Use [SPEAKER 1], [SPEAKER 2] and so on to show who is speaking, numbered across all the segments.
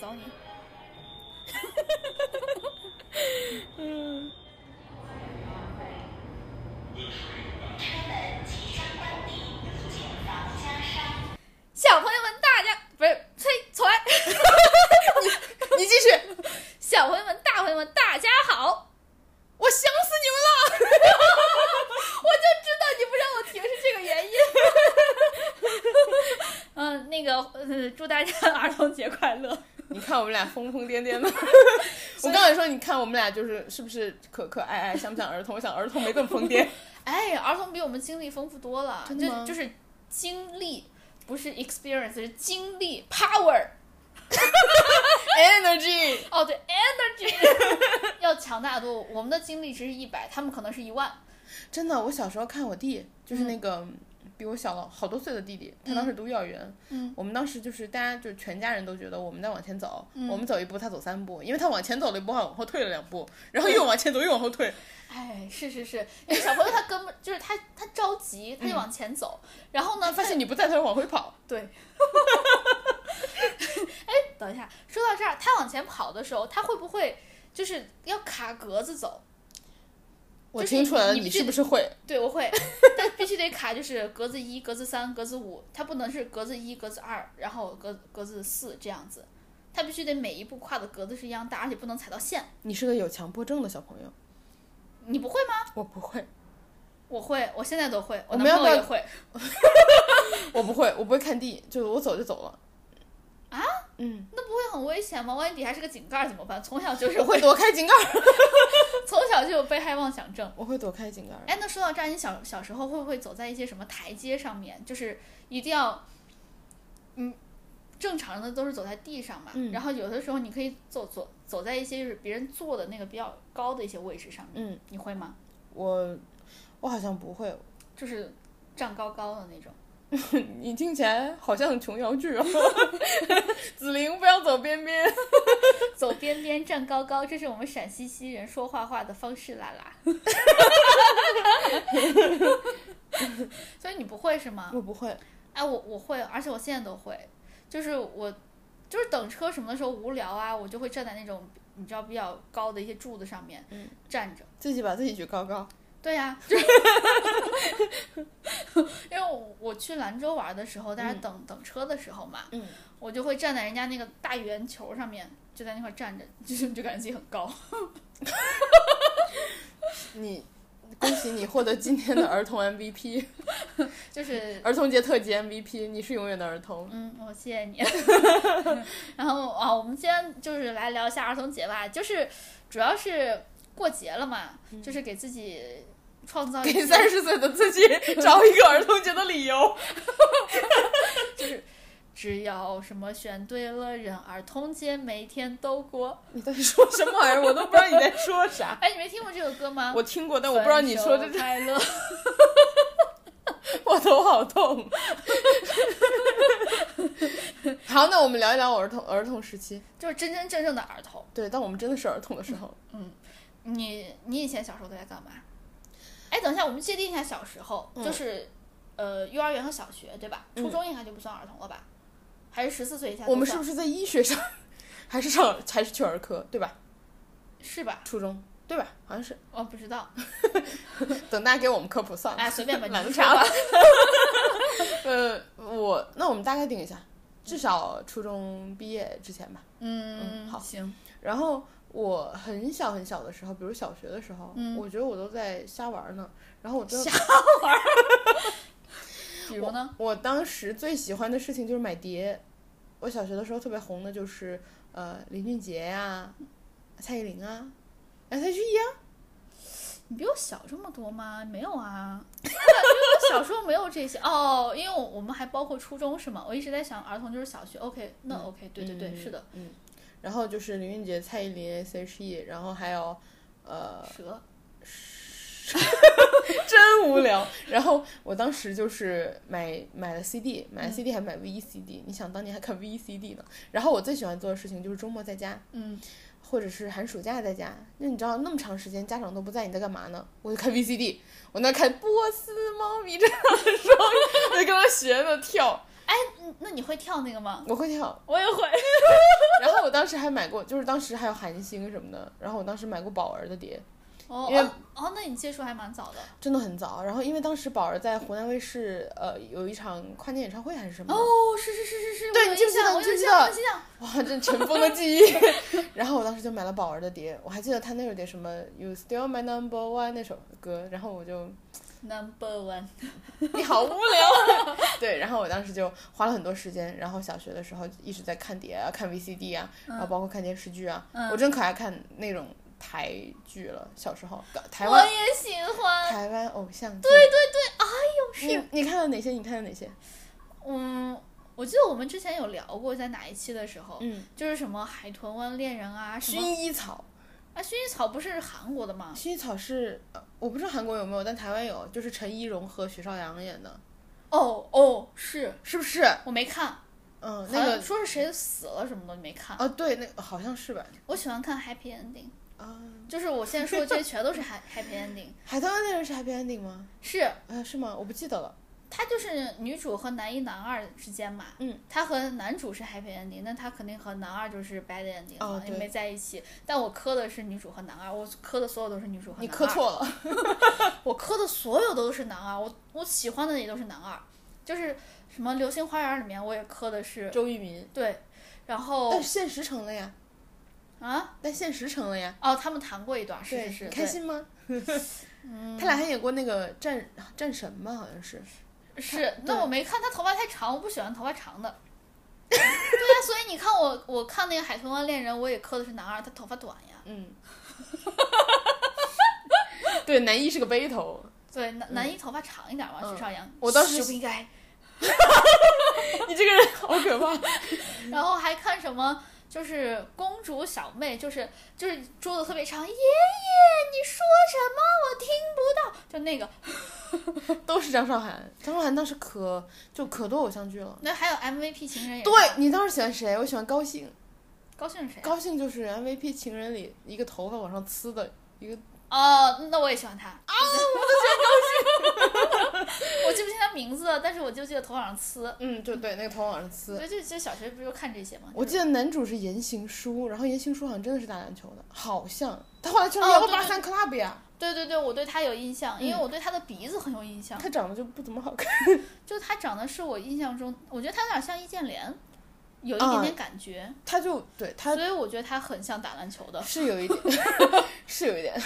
[SPEAKER 1] 教你。嗯。小朋友们，大家不是呸，重来。
[SPEAKER 2] 你继续，
[SPEAKER 1] 小朋友们、大朋友们，大家好！我想死你们了！ 我就知道你不让我停是这个原因。嗯，那个，呃祝大家儿童节快乐！
[SPEAKER 2] 你看我们俩疯疯癫癫 的。我刚才说，你看我们俩就是是不是可可爱爱，像不像儿童？我想儿童没更疯 癫。
[SPEAKER 1] 哎，儿童比我们经历丰富多了，
[SPEAKER 2] 真的吗
[SPEAKER 1] 就就是经历，不是 experience，是经历 power。
[SPEAKER 2] Energy，
[SPEAKER 1] 哦，对，energy 要强大得多。我们的经历值是一百，他们可能是一万。
[SPEAKER 2] 真的，我小时候看我弟，就是那个比我小了好多岁的弟弟，他当时读幼儿园，
[SPEAKER 1] 嗯，
[SPEAKER 2] 我们当时就是大家就是全家人都觉得我们在往前走，
[SPEAKER 1] 嗯
[SPEAKER 2] 我们走一步，他走三步，因为他往前走了一步，还往后退了两 步，然后又往前走，又往后退，
[SPEAKER 1] 哎，是是是，因为小朋友他根本就是他他着急，他就往前走，然后呢，
[SPEAKER 2] 发现你不在，嗯他就往回跑。
[SPEAKER 1] 对。 哎，等一下，说到这儿，他往前跑的时候，他会不会就是要卡格子走？
[SPEAKER 2] 我
[SPEAKER 1] 就是
[SPEAKER 2] 听出来了，
[SPEAKER 1] 你
[SPEAKER 2] 你
[SPEAKER 1] 这
[SPEAKER 2] 是不是会？
[SPEAKER 1] 对，我会，但必须得卡，就是格子一、格子三、格子五，它不能是格子一、格子二，然后格格子四这样子，它必须得每一步跨的格子是一样大，而且不能踩到线。
[SPEAKER 2] 你是个有强迫症的小朋友。
[SPEAKER 1] 你不会吗？
[SPEAKER 2] 我不会，
[SPEAKER 1] 我会，我现在都会，
[SPEAKER 2] 我
[SPEAKER 1] 男
[SPEAKER 2] 们要
[SPEAKER 1] 朋友
[SPEAKER 2] 不
[SPEAKER 1] 也
[SPEAKER 2] 要
[SPEAKER 1] 会。
[SPEAKER 2] 我不会，我不会看地，就我走就走了。啊？嗯，
[SPEAKER 1] 那不会很危险吗？万一底下是个井盖儿怎么办？从小就是
[SPEAKER 2] 我会躲开井盖儿，
[SPEAKER 1] 从小就有被害妄想症。
[SPEAKER 2] 我会躲开井盖儿。
[SPEAKER 1] 哎，那说到这儿，你小小时候会不会走在一些什么台阶上面？就是一定要，嗯，正常的都是走在地上嘛。
[SPEAKER 2] 嗯
[SPEAKER 1] 然后有的时候你可以走走走在一些就是别人坐的那个比较高的一些位置上面，
[SPEAKER 2] 嗯，
[SPEAKER 1] 你会吗？
[SPEAKER 2] 我我好像不会，
[SPEAKER 1] 就是站高高的那种。
[SPEAKER 2] 你听起来好像琼瑶剧哦。 紫菱不要走边边。
[SPEAKER 1] 走边边站高高，这是我们陕西西人说话话的方式啦 啦。所以你不会是吗？
[SPEAKER 2] 我不会，
[SPEAKER 1] 哎，我我会，而且我现在都会，就是我就是等车什么的时候无聊啊，我就会站在那种你知道比较高的一些柱子上面、
[SPEAKER 2] 嗯
[SPEAKER 1] 站着。
[SPEAKER 2] 自己把自己举高高。
[SPEAKER 1] 对 呀、就是因为我我去兰州玩的时候，大家
[SPEAKER 2] 嗯
[SPEAKER 1] 等、等车的时候嘛，
[SPEAKER 2] 嗯
[SPEAKER 1] 我就会站在人家那个大圆球上面，就在那块站着， 就是就感觉自己很高。
[SPEAKER 2] 你恭喜你获得今天的儿童 MVP，
[SPEAKER 1] 就是
[SPEAKER 2] 儿童节特辑 MVP，你是永远的儿童。
[SPEAKER 1] 嗯，我谢谢你。 然后啊，我们今天就是来聊一下儿童节吧，就是主要是过节了嘛，就是给自己创造一
[SPEAKER 2] 嗯给
[SPEAKER 1] 些
[SPEAKER 2] 三十岁的自己 找一个儿童节的理由。
[SPEAKER 1] 就是只要什么选对了人，儿童节每天都过。
[SPEAKER 2] 你在说什么玩意儿？我都不知道你在说啥。
[SPEAKER 1] 哎，你没听过这首歌吗？
[SPEAKER 2] 我听过，但我不知道你说的
[SPEAKER 1] 分手，
[SPEAKER 2] 这
[SPEAKER 1] 快乐。
[SPEAKER 2] 我头 好痛。好，那我们聊一聊儿童儿童时期。
[SPEAKER 1] 就是真真正正的儿童。
[SPEAKER 2] 对，当我们真的是儿童的时候，
[SPEAKER 1] 嗯你你以前小时候都在干嘛？哎，等一下，我们界定一下小时候，
[SPEAKER 2] 嗯
[SPEAKER 1] 就是呃幼儿园和小学对吧？初中应该就不算儿童了吧？还是十四岁以下都算？
[SPEAKER 2] 我们是不是在医学上， 还是上还是去儿科，对吧？
[SPEAKER 1] 是吧？
[SPEAKER 2] 初中对吧？好像是。
[SPEAKER 1] 我哦不知道，
[SPEAKER 2] 等大家给我们科普算了。
[SPEAKER 1] 哎，随 便吧，
[SPEAKER 2] 懒
[SPEAKER 1] 你就
[SPEAKER 2] 得
[SPEAKER 1] 说
[SPEAKER 2] 查
[SPEAKER 1] 吧。
[SPEAKER 2] 呃，我那我们大概定一下，至少初中毕业之前吧。
[SPEAKER 1] 嗯，
[SPEAKER 2] 嗯好
[SPEAKER 1] 行，
[SPEAKER 2] 然后我很小很小的时候，比如小学的时候，
[SPEAKER 1] 嗯
[SPEAKER 2] 我觉得我都在瞎玩儿呢。然后我就
[SPEAKER 1] 瞎比如呢？
[SPEAKER 2] 我当时最喜欢的事情就是买碟。我小学的时候特别红的就是呃林俊杰呀、蔡依林啊、哎蔡徐艺啊。
[SPEAKER 1] 你比我小这么多吗？没有啊， 我感觉我小时候没有这些哦，因为我我们还包括初中是吗？我一直在想儿童就是小学，OK，那
[SPEAKER 2] 嗯
[SPEAKER 1] OK，对对对，
[SPEAKER 2] 嗯
[SPEAKER 1] 是的，
[SPEAKER 2] 嗯。然后就是林俊杰、蔡依林、S.H.E，然后还有呃
[SPEAKER 1] 蛇，
[SPEAKER 2] 真无聊。然后我当时就是买买了 CD，买了 CD 还买 VCD，、你想当年还看 VCD 呢。然后我最喜欢做的事情就是周末在家，
[SPEAKER 1] 嗯，
[SPEAKER 2] 或者是寒暑假在家。那你知道那么长时间家长都不在，你在干嘛呢？我就看 VCD，我那看波斯猫咪这样的时候，我就跟他学呢跳。
[SPEAKER 1] 哎，嗯那你会跳那个吗？
[SPEAKER 2] 我会跳。
[SPEAKER 1] 我也会。
[SPEAKER 2] 然后我当时还买过，就是当时还有韩星什么的，然后我当时买过宝儿的碟，
[SPEAKER 1] 哦
[SPEAKER 2] 因为
[SPEAKER 1] 哦哦，那你接触还蛮早的。
[SPEAKER 2] 真的很早。然后因为当时宝儿在湖南卫视，呃，有一场跨年演唱会还是什么的，
[SPEAKER 1] 哦，是是是是是，
[SPEAKER 2] 嗯对
[SPEAKER 1] 我有
[SPEAKER 2] 你记不
[SPEAKER 1] 印
[SPEAKER 2] 记得
[SPEAKER 1] 象，我
[SPEAKER 2] 你
[SPEAKER 1] 有
[SPEAKER 2] 记
[SPEAKER 1] 印
[SPEAKER 2] 不记
[SPEAKER 1] 象，我
[SPEAKER 2] 得
[SPEAKER 1] 有印象。
[SPEAKER 2] 哇，这尘封的记忆。 然后我当时就买了宝儿的碟，我还记得他那有点什么 “You Still My Number One” 那首歌，然后我就
[SPEAKER 1] Number one，
[SPEAKER 2] 你好无聊， 对，然后我当时就花了很多时间，然后小学的时候一直在看碟啊、看 VCD 啊，然后包括看电视剧啊，我真可爱看那种台剧了。小时候，台
[SPEAKER 1] 我
[SPEAKER 2] 湾
[SPEAKER 1] 也喜欢。
[SPEAKER 2] 台湾偶像剧，对哎
[SPEAKER 1] 就是
[SPEAKER 2] 你你看了哪些？你看了哪些？
[SPEAKER 1] 嗯，我记得我们之前有聊过，在哪一期的时候，
[SPEAKER 2] 嗯，
[SPEAKER 1] 就是什么海豚湾恋人啊，什
[SPEAKER 2] 薰
[SPEAKER 1] 么
[SPEAKER 2] 衣草，
[SPEAKER 1] 啊，薰衣草不是韩国的吗？
[SPEAKER 2] 薰衣草是呃我不知道韩国有没有，但台湾有，就是陈怡蓉和许绍洋演的，
[SPEAKER 1] 哦哦，是
[SPEAKER 2] 是不是？
[SPEAKER 1] 我没看，
[SPEAKER 2] 嗯，
[SPEAKER 1] 好
[SPEAKER 2] 那
[SPEAKER 1] 像
[SPEAKER 2] 个
[SPEAKER 1] 说是谁死了什么的，你没看。
[SPEAKER 2] 啊，对，那个好像是吧？
[SPEAKER 1] 我喜欢看 happy ending，
[SPEAKER 2] 啊，
[SPEAKER 1] 就是我现在说的这些全都是 ha- happy ending，
[SPEAKER 2] 海豚湾恋人是 Happy Ending 吗？
[SPEAKER 1] 是
[SPEAKER 2] 啊，是吗？我不记得了。
[SPEAKER 1] 他就是女主和男一男二之间嘛，
[SPEAKER 2] 嗯，
[SPEAKER 1] 他和男主是 happy ending，那他肯定和男二就是 bad ending，
[SPEAKER 2] 哦
[SPEAKER 1] 嘛，也
[SPEAKER 2] 对
[SPEAKER 1] 没在一起。但我磕的是女主和男二，我磕的所有都是女主和男二。
[SPEAKER 2] 你磕错了，
[SPEAKER 1] 我磕的所有都是男二，我我喜欢的也都是男二，就是什么《流星花园》里面我也磕的是
[SPEAKER 2] 周渝民。
[SPEAKER 1] 对，然后
[SPEAKER 2] 但现实成了呀，
[SPEAKER 1] 啊
[SPEAKER 2] 但现实成了呀。
[SPEAKER 1] 哦，他们谈过一段，是
[SPEAKER 2] 对，
[SPEAKER 1] 是是，
[SPEAKER 2] 你开心 吗？嗯他俩还演过那个战啊战神吧，好像是。
[SPEAKER 1] 对是。那
[SPEAKER 2] 对
[SPEAKER 1] 我没看他头发太长，我不喜欢头发长 的。对呀、所以你看我我看那个《海豚湾恋人》，我也磕的是男二，他头发短呀。
[SPEAKER 2] 嗯。 对，男一是个背头。
[SPEAKER 1] 对，男男一头发长一点嘛，
[SPEAKER 2] 嗯
[SPEAKER 1] 许绍洋，
[SPEAKER 2] 我当时
[SPEAKER 1] 就不应该。
[SPEAKER 2] 你这个人 好可怕。
[SPEAKER 1] 然后还看什么，就是公主小妹，就是就是桌子特别长，爷爷你说什么我听不到，就那个。
[SPEAKER 2] 都是张韶涵，张韶涵当时可就可多偶像剧了。
[SPEAKER 1] 那还有 MVP 情人也是
[SPEAKER 2] 对你当时喜欢谁？我喜欢高兴，
[SPEAKER 1] 高兴是谁啊？
[SPEAKER 2] 高兴就是 MVP 情人里一个头发往上呲的一个，
[SPEAKER 1] 哦，那我也喜欢他啊，我都喜欢高兴。 我记不清他名字了，但是我就记得头上呲。
[SPEAKER 2] 嗯，就对，那个头发往上呲。
[SPEAKER 1] 对，就就小学不就看这些吗？
[SPEAKER 2] 我记得男主是言行书，然后言行书好像真的是打篮球的，好像他后来去了
[SPEAKER 1] 哦
[SPEAKER 2] 幺
[SPEAKER 1] 对对
[SPEAKER 2] 八三 club 呀，
[SPEAKER 1] 对对对，我对他有印象，因为
[SPEAKER 2] 嗯
[SPEAKER 1] 我对他的鼻子很有印象。
[SPEAKER 2] 他长得就不怎么好看。
[SPEAKER 1] 就他长得是我印象中，我觉得他有点像易建联，有一点点感觉，
[SPEAKER 2] 他就对他
[SPEAKER 1] 所以我觉得他很像打篮球的。
[SPEAKER 2] 是有 一点，是有一点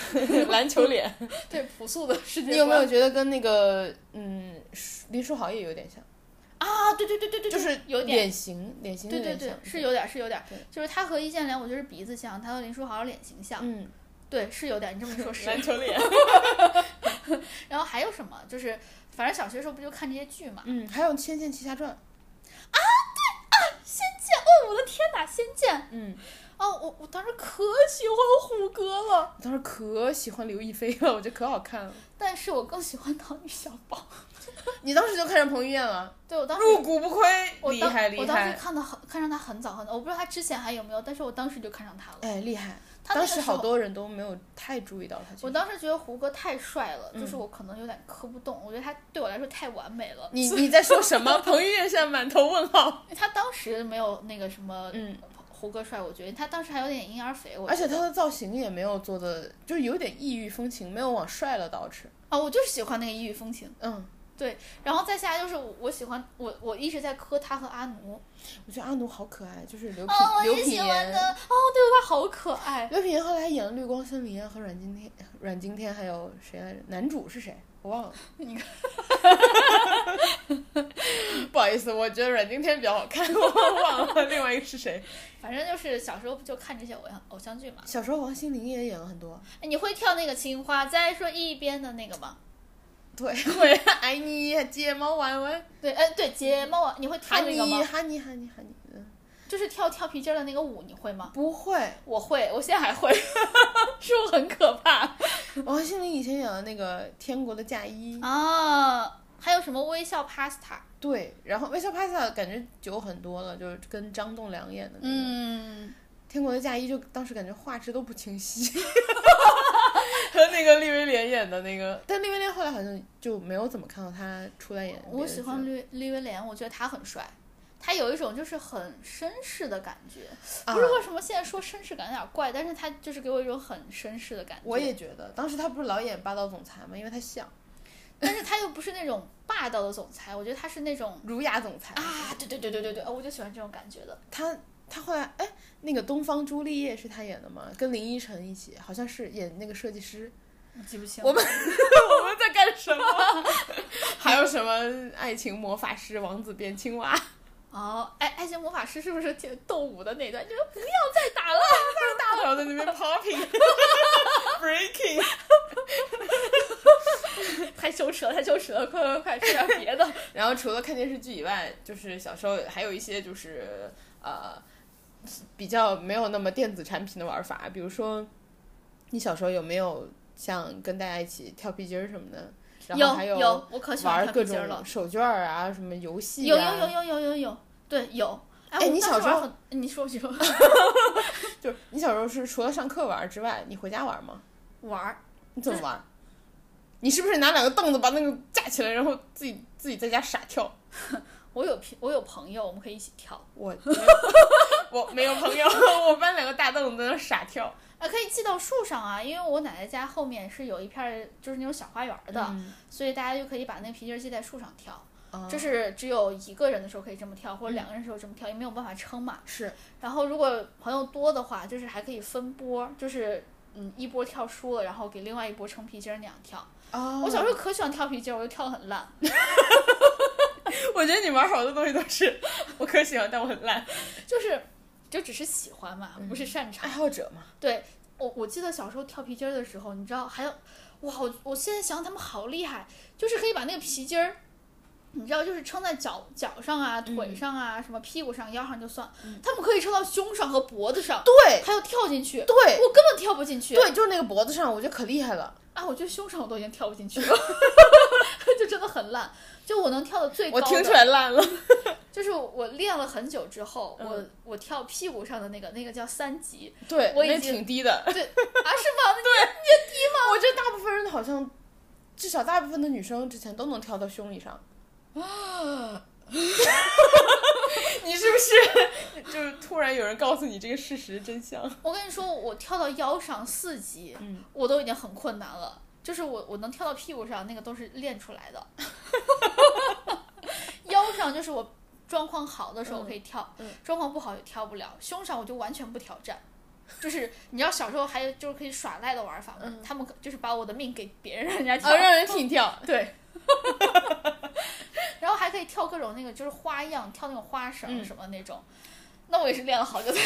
[SPEAKER 2] 篮球脸。
[SPEAKER 1] 对朴素的世界
[SPEAKER 2] 你有没有觉得跟那个嗯舒林书豪也有点像？
[SPEAKER 1] 啊？对对对对对，
[SPEAKER 2] 就是
[SPEAKER 1] 有点
[SPEAKER 2] 脸型，脸型
[SPEAKER 1] 对
[SPEAKER 2] 有
[SPEAKER 1] 对对
[SPEAKER 2] 点像，。
[SPEAKER 1] 是有点是有点
[SPEAKER 2] 对，
[SPEAKER 1] 就是他和易建联，我觉得是鼻子像，他和林书豪是脸型像，
[SPEAKER 2] 嗯，
[SPEAKER 1] 对，是有点。你这么 一说，是。
[SPEAKER 2] 球脸。
[SPEAKER 1] 然后还有什么？就是反正小学时候不就看这些剧嘛？
[SPEAKER 2] 嗯，还有《仙剑奇侠传》。
[SPEAKER 1] 哦，我的天哪，《仙剑》
[SPEAKER 2] 嗯，
[SPEAKER 1] 哦，我我当时可喜欢虎哥了，
[SPEAKER 2] 我当时可喜欢刘亦菲了，我觉得可好看了。
[SPEAKER 1] 但是我更喜欢唐女小宝。
[SPEAKER 2] 你当时就看上彭于晏了，
[SPEAKER 1] 对我当时。
[SPEAKER 2] 入股不亏，
[SPEAKER 1] 我
[SPEAKER 2] 厉
[SPEAKER 1] 当
[SPEAKER 2] 害
[SPEAKER 1] 我
[SPEAKER 2] 厉
[SPEAKER 1] 当时
[SPEAKER 2] 害。
[SPEAKER 1] 看的很看上他很早很早，我不知道他之前还有没有，但是我当时就看上他了。
[SPEAKER 2] 哎，厉害！
[SPEAKER 1] 他那
[SPEAKER 2] 当
[SPEAKER 1] 个
[SPEAKER 2] 时
[SPEAKER 1] 时
[SPEAKER 2] 好
[SPEAKER 1] 候，
[SPEAKER 2] 多人都没有太注意到他。其实
[SPEAKER 1] 我当时觉得胡歌太帅了，就是
[SPEAKER 2] 嗯
[SPEAKER 1] 我可能有点磕不动，我觉得他对我来说太完美了。
[SPEAKER 2] 你你在说什么？彭于晏现在满头问号。
[SPEAKER 1] 他当时没有那个什么
[SPEAKER 2] 嗯，
[SPEAKER 1] 胡歌帅，我觉得他当时还有点婴儿肥，我
[SPEAKER 2] 而且
[SPEAKER 1] 觉得
[SPEAKER 2] 他的造型也没有做的，就是有点异域风情，没有往帅了捯饬。
[SPEAKER 1] 啊，我就是喜欢那个异域风情。
[SPEAKER 2] 嗯，
[SPEAKER 1] 然后再下来就是我我喜欢我我一直在磕他和阿奴，
[SPEAKER 2] 我觉得阿奴好可爱，就是刘品、
[SPEAKER 1] 哦，我
[SPEAKER 2] 刘
[SPEAKER 1] 也
[SPEAKER 2] 品
[SPEAKER 1] 喜欢的，
[SPEAKER 2] 言。
[SPEAKER 1] 哦，对他好可爱，
[SPEAKER 2] 刘品言后来还演了《绿光森林》啊，和阮经天、阮经天还有谁来着？男主是谁？我忘了。
[SPEAKER 1] 你看，
[SPEAKER 2] 不好意思，我觉得阮经天比较好看，我忘了另外一个是谁。
[SPEAKER 1] 反正就是小时候不就看这些偶像偶像剧嘛。
[SPEAKER 2] 小时候王心凌也演了很多，
[SPEAKER 1] 哎，你会跳那个青花再说一边的那个吗？
[SPEAKER 2] 对，会爱你睫毛弯弯，
[SPEAKER 1] 对，哎，对，睫毛啊，你会跳
[SPEAKER 2] 哈
[SPEAKER 1] 那
[SPEAKER 2] 尼
[SPEAKER 1] 个吗？
[SPEAKER 2] 哈尼哈尼哈尼，嗯，
[SPEAKER 1] 就是跳跳皮筋儿的那个舞，你会吗？
[SPEAKER 2] 不会。
[SPEAKER 1] 我会，我现在还会， 是不是很可怕
[SPEAKER 2] 王心凌以前演的那个《天国的嫁衣》，
[SPEAKER 1] 啊？还有什么微笑 pasta？
[SPEAKER 2] 对，然后《微笑 Pasta》感觉久很多了，就是跟张栋梁演的那个《
[SPEAKER 1] 嗯，
[SPEAKER 2] 天国的嫁衣》，就当时感觉画质都不清晰， 和那 个利威廉演的那个，但利威廉后来好像就没有怎么看到他出来演。
[SPEAKER 1] 我喜欢利利威廉，我觉得他很帅，他有一种就是很绅士的感觉。
[SPEAKER 2] 啊
[SPEAKER 1] 不知道为什么现在说绅士感有点怪，但是他就是给我一种很绅士的感觉。
[SPEAKER 2] 我也觉得，当时他不是老演霸道总裁吗？因为他像
[SPEAKER 1] 但是他又不是那种霸道的总裁，我觉得他是那种
[SPEAKER 2] 儒雅总裁
[SPEAKER 1] 啊，对对对对对对，哦我就喜欢这种感觉的。
[SPEAKER 2] 他他后来哎，那个《东方朱丽叶》是他演的吗？跟林依晨一起，好像是演那个设计师。
[SPEAKER 1] 记不清
[SPEAKER 2] 我们我们在干什么？ 还有什么爱情魔法师王子变青蛙？
[SPEAKER 1] 哦，哎，爱情魔法师是不是挺动武的那段？就是不要再打了，
[SPEAKER 2] 大佬在那边 popping breaking，
[SPEAKER 1] 太羞耻了，太羞耻了，快快快，吃点别的。
[SPEAKER 2] 然后除了看电视剧以外，就是小时候还有一些就是呃比较没有那么电子产品的玩法，比如说你小时候有没有像跟大家一起跳皮筋儿什么的？然后还
[SPEAKER 1] 有
[SPEAKER 2] 有
[SPEAKER 1] 我可喜欢
[SPEAKER 2] 玩
[SPEAKER 1] 跳
[SPEAKER 2] 各
[SPEAKER 1] 皮筋儿
[SPEAKER 2] 种
[SPEAKER 1] 了。
[SPEAKER 2] 手绢儿啊，什么游戏、
[SPEAKER 1] 有
[SPEAKER 2] 啊，
[SPEAKER 1] 有有有有有有，对有。哎，
[SPEAKER 2] 哎
[SPEAKER 1] 我
[SPEAKER 2] 你
[SPEAKER 1] 当
[SPEAKER 2] 小时
[SPEAKER 1] 玩
[SPEAKER 2] 候
[SPEAKER 1] 很，你说你说
[SPEAKER 2] 就是你小时候是除了上课玩儿之外，你回家玩儿吗？
[SPEAKER 1] 玩儿，
[SPEAKER 2] 你怎么玩儿？你是不是拿两个凳子把那个架起来，然后自己自己在家傻跳？
[SPEAKER 1] 我有朋我有朋 友，我们可以一起跳。
[SPEAKER 2] 我我 没有朋友，我搬两个大凳子在那傻跳
[SPEAKER 1] 啊，可以系到树上啊，因为我奶奶家后面是有一片儿就是那种小花园儿的，
[SPEAKER 2] 嗯
[SPEAKER 1] 所以大家就可以把那个皮筋儿系在树上跳。
[SPEAKER 2] 啊
[SPEAKER 1] 嗯这是只有一个人的时候可以这么跳，或者两个人的时候这么跳，也没有办法撑嘛。
[SPEAKER 2] 是
[SPEAKER 1] 然后如果朋友多的话，就是还可以分波，就是嗯一波跳输了，然后给另外一波撑皮筋儿那样跳。
[SPEAKER 2] 啊
[SPEAKER 1] 我
[SPEAKER 2] 我小
[SPEAKER 1] 小
[SPEAKER 2] 时
[SPEAKER 1] 时候可喜欢跳皮筋儿，我就跳得很烂。
[SPEAKER 2] 候，我觉得你玩好多东西都是我可喜欢，但我很烂。
[SPEAKER 1] 就是就只是喜欢嘛，不是
[SPEAKER 2] 嗯
[SPEAKER 1] 擅长。
[SPEAKER 2] 好者嘛，
[SPEAKER 1] 对我我记得小时候跳皮筋儿的时候，你知道还有哇，我我现在想他们好厉害，就是可以把那个皮筋儿。你知道，就是撑在脚脚上啊、腿
[SPEAKER 2] 嗯
[SPEAKER 1] 上啊、什么屁股上、腰上就算，他们可以撑到胸上和脖子上，
[SPEAKER 2] 对
[SPEAKER 1] 还要跳进去。
[SPEAKER 2] 对
[SPEAKER 1] 我根本跳不进去。
[SPEAKER 2] 对，就是那个脖子上，我觉得可厉害了。
[SPEAKER 1] 啊，我觉得胸上我都已经跳不进去了， 就真的很烂。就我能跳的最高
[SPEAKER 2] 我
[SPEAKER 1] 的，
[SPEAKER 2] 听出来烂了。
[SPEAKER 1] 就是我练了很久之后，
[SPEAKER 2] 嗯
[SPEAKER 1] 我我跳屁股上的那个，那个叫三级
[SPEAKER 2] 对，
[SPEAKER 1] 我已
[SPEAKER 2] 那
[SPEAKER 1] 经
[SPEAKER 2] 挺低的。
[SPEAKER 1] 啊，是吗？那
[SPEAKER 2] 我觉得大部分人好像，至少大部分的女生之前都能跳到胸以 上。你是不是就是突然有人告诉你这个事实真相？
[SPEAKER 1] 我跟你说，我跳到腰上四级，
[SPEAKER 2] 嗯
[SPEAKER 1] 我都已经很困难了。就是我我能跳到屁股上，那个都是练出来的。 腰上就是我状况好的时候
[SPEAKER 2] 嗯
[SPEAKER 1] 可以跳，
[SPEAKER 2] 嗯
[SPEAKER 1] 状况不好也跳不了。胸上我就完全不挑战。就是你知道小时候还有就是可以耍赖的玩法吗？
[SPEAKER 2] 嗯
[SPEAKER 1] 他们可就是把我的命给别人让人家跳，
[SPEAKER 2] 啊，让人替你跳。
[SPEAKER 1] 对，然后还可以跳各种那个就是花样，跳那种花绳
[SPEAKER 2] 嗯
[SPEAKER 1] 什么那种。那我也是练了好久才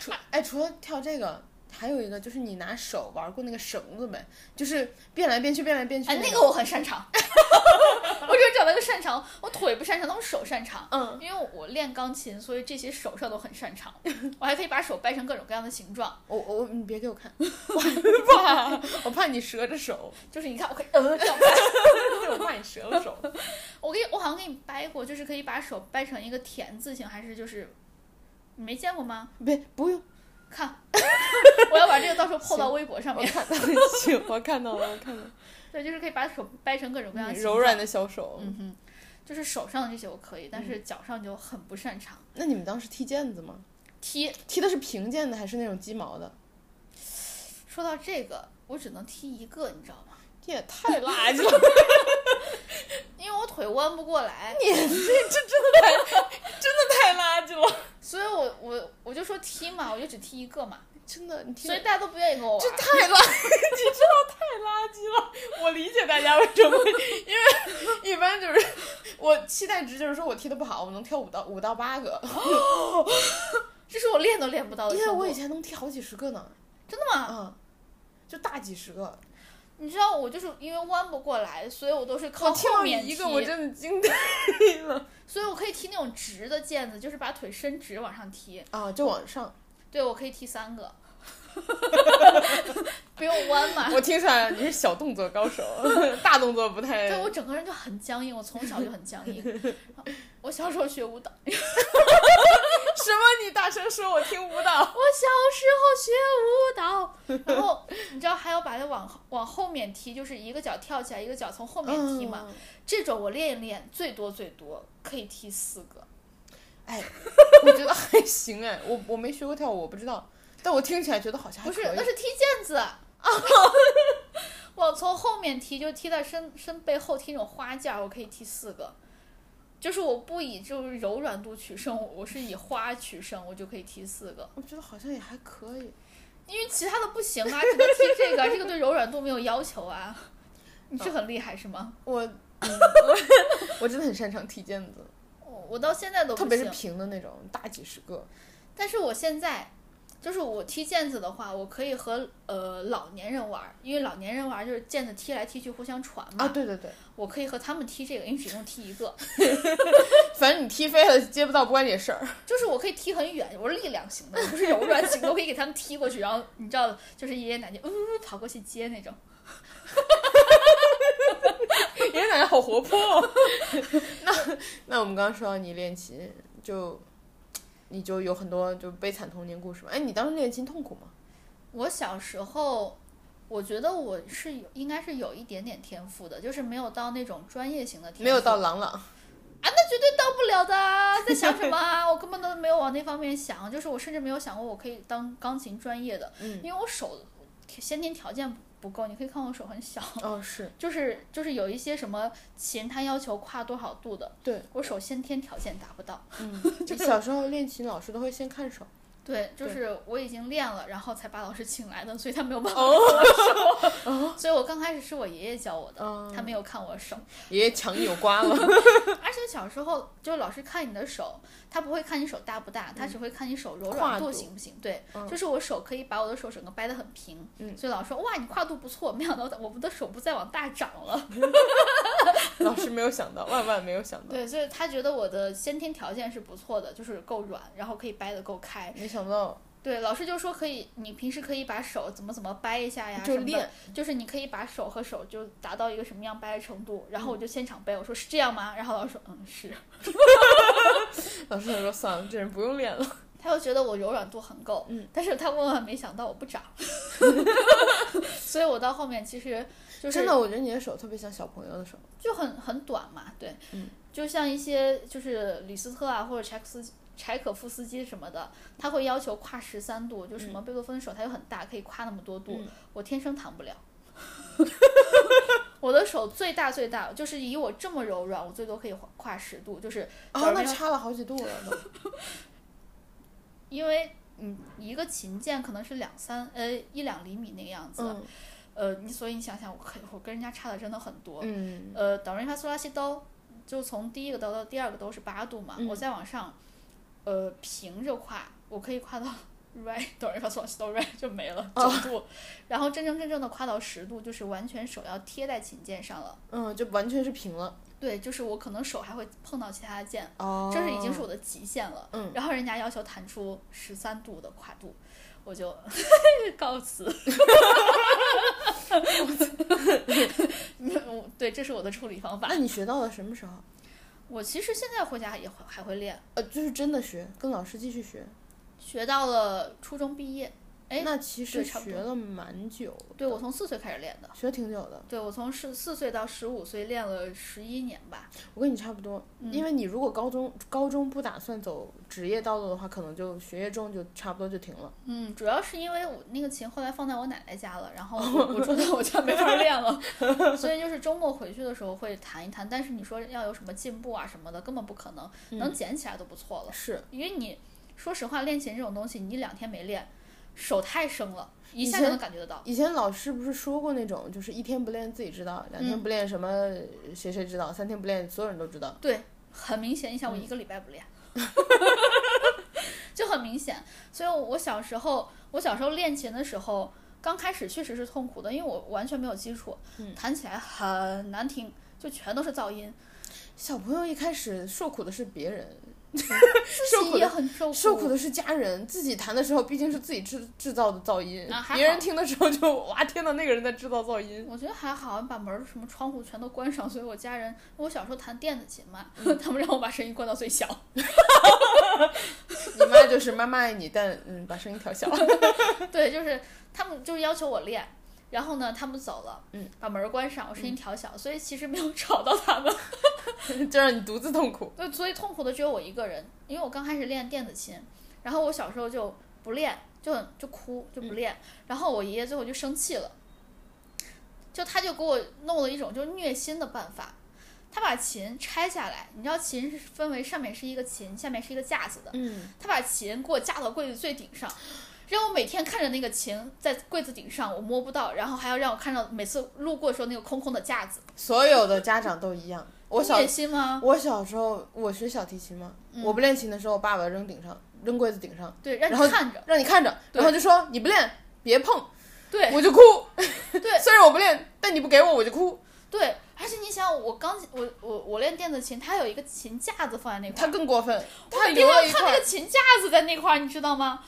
[SPEAKER 2] 除哎，除了跳这个，还有一个就是你拿手玩过那个绳子没？就是变来变去，变来变去。
[SPEAKER 1] 哎，那个我很擅长， 我只有找到一个擅长，我腿不擅长，但我手擅长。
[SPEAKER 2] 嗯，
[SPEAKER 1] 因为我练钢琴，所以这些手上都很擅 长。我还可以把手掰成各种各样的形状，
[SPEAKER 2] 我我你别给我 看，我怕我怕你折着手，
[SPEAKER 1] 就是你看，我可以呃这样掰。
[SPEAKER 2] 对，我怕你折了手。
[SPEAKER 1] 我给你，我好像给你掰过，就是可以把手掰成一个田字形，还是就是你没见过吗？
[SPEAKER 2] 别不用，
[SPEAKER 1] 看， 我要把这个 到时候 po 到微博上
[SPEAKER 2] 我
[SPEAKER 1] 面。
[SPEAKER 2] 看到了，行，我看到了，我看到了
[SPEAKER 1] 对，就是可以把手掰成各种各样的
[SPEAKER 2] 你
[SPEAKER 1] 形
[SPEAKER 2] 嗯柔
[SPEAKER 1] 状。
[SPEAKER 2] 软的小手。
[SPEAKER 1] 嗯哼，就是手上的这些我可以，但是脚上就很不擅长。
[SPEAKER 2] 那你们当时踢毽子吗？
[SPEAKER 1] 踢
[SPEAKER 2] 踢的是平毽的还是那种鸡毛的？
[SPEAKER 1] 说到这个，我只能踢一个，你知道吗？
[SPEAKER 2] 这也太垃圾 了！
[SPEAKER 1] 因为我腿弯不过来，
[SPEAKER 2] 你这这真的太真的太垃圾了！
[SPEAKER 1] 所以我我我就说踢嘛，我就只踢一个嘛，
[SPEAKER 2] 真的，你踢
[SPEAKER 1] 所以大家都不愿意跟我玩
[SPEAKER 2] 这
[SPEAKER 1] 儿。
[SPEAKER 2] 太垃，你知道太垃圾了。我理解大家为什么会，因 为一般就是我期待值就是说我踢的不好，我能跳五到五到八个，
[SPEAKER 1] 这是我练都练不到的
[SPEAKER 2] 因
[SPEAKER 1] 程
[SPEAKER 2] 为
[SPEAKER 1] 度。
[SPEAKER 2] 我以前能踢好几十个呢，
[SPEAKER 1] 真的吗？
[SPEAKER 2] 嗯，就大几十个。
[SPEAKER 1] 你知道我就是因为弯不过来，所以我都是靠
[SPEAKER 2] 我踢
[SPEAKER 1] 后
[SPEAKER 2] 到
[SPEAKER 1] 面踢。
[SPEAKER 2] 一个，我真的惊呆了。
[SPEAKER 1] 所以我可以踢那种直的毽子，就是把腿伸直往哦上踢。
[SPEAKER 2] 啊，就往上，
[SPEAKER 1] 对，我可以踢三个， 不用弯嘛。
[SPEAKER 2] 我听出来了，你是小动作高手， 大动作不太。
[SPEAKER 1] 对我整个人就很僵硬，我从小就很僵硬。 然后我小时候学舞蹈，我
[SPEAKER 2] 什么？你大声说，我听舞蹈。
[SPEAKER 1] 小时候学舞蹈，然后你知道还要把它往后往后面踢，就是一个脚跳起来，一个脚从后面踢嘛。
[SPEAKER 2] 嗯？
[SPEAKER 1] 这种我练一练，最多最多可以踢四个。
[SPEAKER 2] 哎，我觉得还行哎，我我没学过跳舞，我不知道，但我听起来觉得好像还
[SPEAKER 1] 不是，
[SPEAKER 2] 可以
[SPEAKER 1] 那是踢毽子 啊！我从后面踢，就踢到身身背后踢那种花架，我可以踢四个。就是我不以就是柔软度取胜，我是以花取胜，我就可以踢四个。
[SPEAKER 2] 我觉得好像也还可以。
[SPEAKER 1] 因为其他的不行啊，只能踢这个啊，这个对柔软度没有要求啊。你是很厉害是吗？
[SPEAKER 2] 我、嗯、 我我真的很擅长踢毽子，
[SPEAKER 1] 我我到现在都不
[SPEAKER 2] 特
[SPEAKER 1] 行，
[SPEAKER 2] 别是平的那种，大几十个。
[SPEAKER 1] 但是我现在就是我踢毽子的话，我可以和呃老年人玩儿，因为老年人玩儿就是毽子踢来踢去互相传嘛。
[SPEAKER 2] 啊，对对对，
[SPEAKER 1] 我可以和他们踢这个，因为只用踢一个，
[SPEAKER 2] 反正你踢飞了接不到不关你的事 儿。
[SPEAKER 1] 就是我可以踢很远，我是力量型的，我不是柔软型的，我可以给他们踢过去，然后你知道，就是爷爷奶奶呜、呜跑过去接那种。
[SPEAKER 2] 爷爷奶奶好活泼、哦。那那我们刚刚说到你练琴，就你就有很多就悲惨童年故事嘛。哎，你当时练琴痛苦吗？
[SPEAKER 1] 我小时候，我觉得我是有应该是有一点点天赋的，就是没有到那种专业型的天赋，
[SPEAKER 2] 没有到朗朗，
[SPEAKER 1] 啊，那绝对到不了的啊！在想什么 啊？我根本都没有往那方面想，就是我甚至没有想过我可以当钢琴专业的，
[SPEAKER 2] 嗯，
[SPEAKER 1] 因为我手先天条件不够。你可以看我手很小，
[SPEAKER 2] 哦是，
[SPEAKER 1] 就是就是有一些什么琴，它要求跨多少度的，
[SPEAKER 2] 对，
[SPEAKER 1] 我手先天条件达不到。
[SPEAKER 2] 嗯，你小时候练琴，老师都会先看手。
[SPEAKER 1] 对，就
[SPEAKER 2] 对
[SPEAKER 1] 是我已经练了，然后才把老师请来的，所以他没有办法。
[SPEAKER 2] 哦，
[SPEAKER 1] 所以我刚开始是我爷爷教我的，
[SPEAKER 2] 嗯
[SPEAKER 1] 他没有看我手。
[SPEAKER 2] 爷爷墙有刮了。
[SPEAKER 1] 而且小时候就老师看你的手，他不会看你手大不大，他只会看你手柔
[SPEAKER 2] 嗯跨
[SPEAKER 1] 软
[SPEAKER 2] 度
[SPEAKER 1] 度行不行。对，
[SPEAKER 2] 嗯
[SPEAKER 1] 就是我手可以把我的手整个掰得很平，
[SPEAKER 2] 嗯
[SPEAKER 1] 所以老师说哇你跨度不错，没想到我们的手不再往大长了。
[SPEAKER 2] 老师没有想到，万万没有想到，
[SPEAKER 1] 对，所以他觉得我的先天条件是不错的，就是够软，然后可以掰得够开。
[SPEAKER 2] 没想到
[SPEAKER 1] 对，老师就说可以，你平时可以把手怎么怎么掰一下呀，
[SPEAKER 2] 就
[SPEAKER 1] 什么的
[SPEAKER 2] 练，
[SPEAKER 1] 就是你可以把手和手就达到一个什么样掰的程度。然后
[SPEAKER 2] 嗯
[SPEAKER 1] 我就现场掰，我说是这样吗？然后老师说嗯是。
[SPEAKER 2] 老师想说算了，这人不用练了。
[SPEAKER 1] 他又觉得我柔软度很够，
[SPEAKER 2] 嗯，
[SPEAKER 1] 但是他万万没想到我 不长， 所以我到后面其实就是
[SPEAKER 2] 真的，我觉得你的手特别像小朋友的手。
[SPEAKER 1] 就很很短嘛，对，
[SPEAKER 2] 嗯
[SPEAKER 1] 就像一些就是李斯特啊或者柴可斯柴可夫斯基什么的，他会要求跨十三度，就什么贝多芬手他又很大，可以跨那么多度，
[SPEAKER 2] 嗯
[SPEAKER 1] 我天生扛不了。 我的手最大最大就是以我这么柔软，我最多可以跨跨十度，就是
[SPEAKER 2] 啊，那差了好几度了都。
[SPEAKER 1] 因为嗯一个琴键可能是两三呃一两厘米那个样子，
[SPEAKER 2] 嗯
[SPEAKER 1] 呃，你所以你想想，我可我跟人家差的真的很多。
[SPEAKER 2] 嗯，
[SPEAKER 1] 呃，导人发苏拉西哆，就从第一个哆到第二个哆是八度嘛，
[SPEAKER 2] 嗯
[SPEAKER 1] 我再往上，呃，平着跨，我可以跨到 re 导人发苏拉西哆 re 就没了
[SPEAKER 2] 哦
[SPEAKER 1] 九度，然后真真正正的跨到十度，就是完全手要贴在琴键上了。
[SPEAKER 2] 嗯，就完全是平了。
[SPEAKER 1] 对，就是我可能手还会碰到其他的键，
[SPEAKER 2] 哦
[SPEAKER 1] 这是已经是我的极限了。
[SPEAKER 2] 嗯
[SPEAKER 1] 然后人家要求弹出十三度的跨度，我就 告辞。没有 我对，这是我的处理方法
[SPEAKER 2] 那。你学到了什么时候？
[SPEAKER 1] 我其实现在回家也会还会练，
[SPEAKER 2] 呃，就是真的学，跟老师继续学。
[SPEAKER 1] 学到了初中毕业。哎
[SPEAKER 2] 那其
[SPEAKER 1] 对
[SPEAKER 2] 实
[SPEAKER 1] 差不多
[SPEAKER 2] 学了蛮久的，
[SPEAKER 1] 对我从四岁开始练的，
[SPEAKER 2] 学了挺久的。
[SPEAKER 1] 对我从十四岁到十五岁练了十一年吧。
[SPEAKER 2] 我跟你差不多，
[SPEAKER 1] 嗯
[SPEAKER 2] 因为你如果高中高中不打算走职业道路的话，可能就学业重就差不多就停了。
[SPEAKER 1] 嗯，主要是因为我那个琴后来放在我奶奶家了，然后我我住在我家没法练了，所以就是周末回去的时候会弹一弹。但是你说要有什么进步啊什么的，根本不可能，能捡起来都不错了。
[SPEAKER 2] 是，
[SPEAKER 1] 因为你说实话，练琴这种东西，你一两天没练，手太生了，一下
[SPEAKER 2] 以前
[SPEAKER 1] 就能感觉得到。
[SPEAKER 2] 以前老师不是说过那种，就是一天不练自己知道，两
[SPEAKER 1] 嗯
[SPEAKER 2] 天不练什么谁谁知道，三天不练所有人都知道。
[SPEAKER 1] 对，很明显，你
[SPEAKER 2] 嗯
[SPEAKER 1] 想我一个礼拜不练， 就很明显。所以我，我小时候，我小时候练琴的时候，刚开始确实是痛苦的，因为我完全没有基础，
[SPEAKER 2] 嗯
[SPEAKER 1] 弹起来很难听，就全都是噪音，
[SPEAKER 2] 小朋友一开始受苦的是别人，
[SPEAKER 1] 自
[SPEAKER 2] 受
[SPEAKER 1] 己
[SPEAKER 2] 苦
[SPEAKER 1] 也
[SPEAKER 2] 的
[SPEAKER 1] 很受苦。
[SPEAKER 2] 受苦的是家人，自己弹的时候毕竟是自己制制造的噪音，
[SPEAKER 1] 啊还好
[SPEAKER 2] 别人听的时候就哇天呐，那个人在制造 噪音。
[SPEAKER 1] 我觉得还好，把门儿什么窗户全都关上，所以我家人，我小时候弹电子琴嘛，
[SPEAKER 2] 嗯
[SPEAKER 1] 他们让我把声音关到最 小。
[SPEAKER 2] 你妈就是妈妈爱你，但嗯把声音调小。
[SPEAKER 1] 对，就是他们就是要求我练，然后呢，他们走了，
[SPEAKER 2] 嗯，
[SPEAKER 1] 把门关上，我声音调小，所以其实没有吵到他们。
[SPEAKER 2] 就让你独自痛苦。
[SPEAKER 1] 对，所以痛苦的只有我一个人，因为我刚开始练电子琴，然后我小时候就不练，就很就哭就不
[SPEAKER 2] 嗯
[SPEAKER 1] 练，然后我爷爷最后就生气了，就他就给我弄了一种就是虐心的办法，他把琴拆下来，你知道琴是分为上面是一个琴，下面是一个架子的，
[SPEAKER 2] 嗯，
[SPEAKER 1] 他把琴给我架到柜子最顶上，让我每天看着那个琴在柜子顶上，我摸不到，然后还要让我看到每次路过的时候那个空空的架子，
[SPEAKER 2] 所有的家长都一样。我小
[SPEAKER 1] 虐心吗？
[SPEAKER 2] 我小时候我学小提琴嘛，
[SPEAKER 1] 嗯
[SPEAKER 2] 我不练琴的时候，我爸爸扔顶上，扔柜子顶上，
[SPEAKER 1] 对，让
[SPEAKER 2] 然后
[SPEAKER 1] 你看着，
[SPEAKER 2] 让你看着，
[SPEAKER 1] 对
[SPEAKER 2] 然后就说你不练别碰，
[SPEAKER 1] 对
[SPEAKER 2] 我就哭。
[SPEAKER 1] 对
[SPEAKER 2] 虽然我不练，但你不给我我就哭。
[SPEAKER 1] 对，而且你想，我钢琴，我我我练电子琴，它有一个琴架子放在那块
[SPEAKER 2] 他
[SPEAKER 1] 儿，
[SPEAKER 2] 更过分，
[SPEAKER 1] 我
[SPEAKER 2] 他
[SPEAKER 1] 每天
[SPEAKER 2] 留
[SPEAKER 1] 要
[SPEAKER 2] 了一
[SPEAKER 1] 看那
[SPEAKER 2] 块
[SPEAKER 1] 个琴架子在那块儿，你知道吗？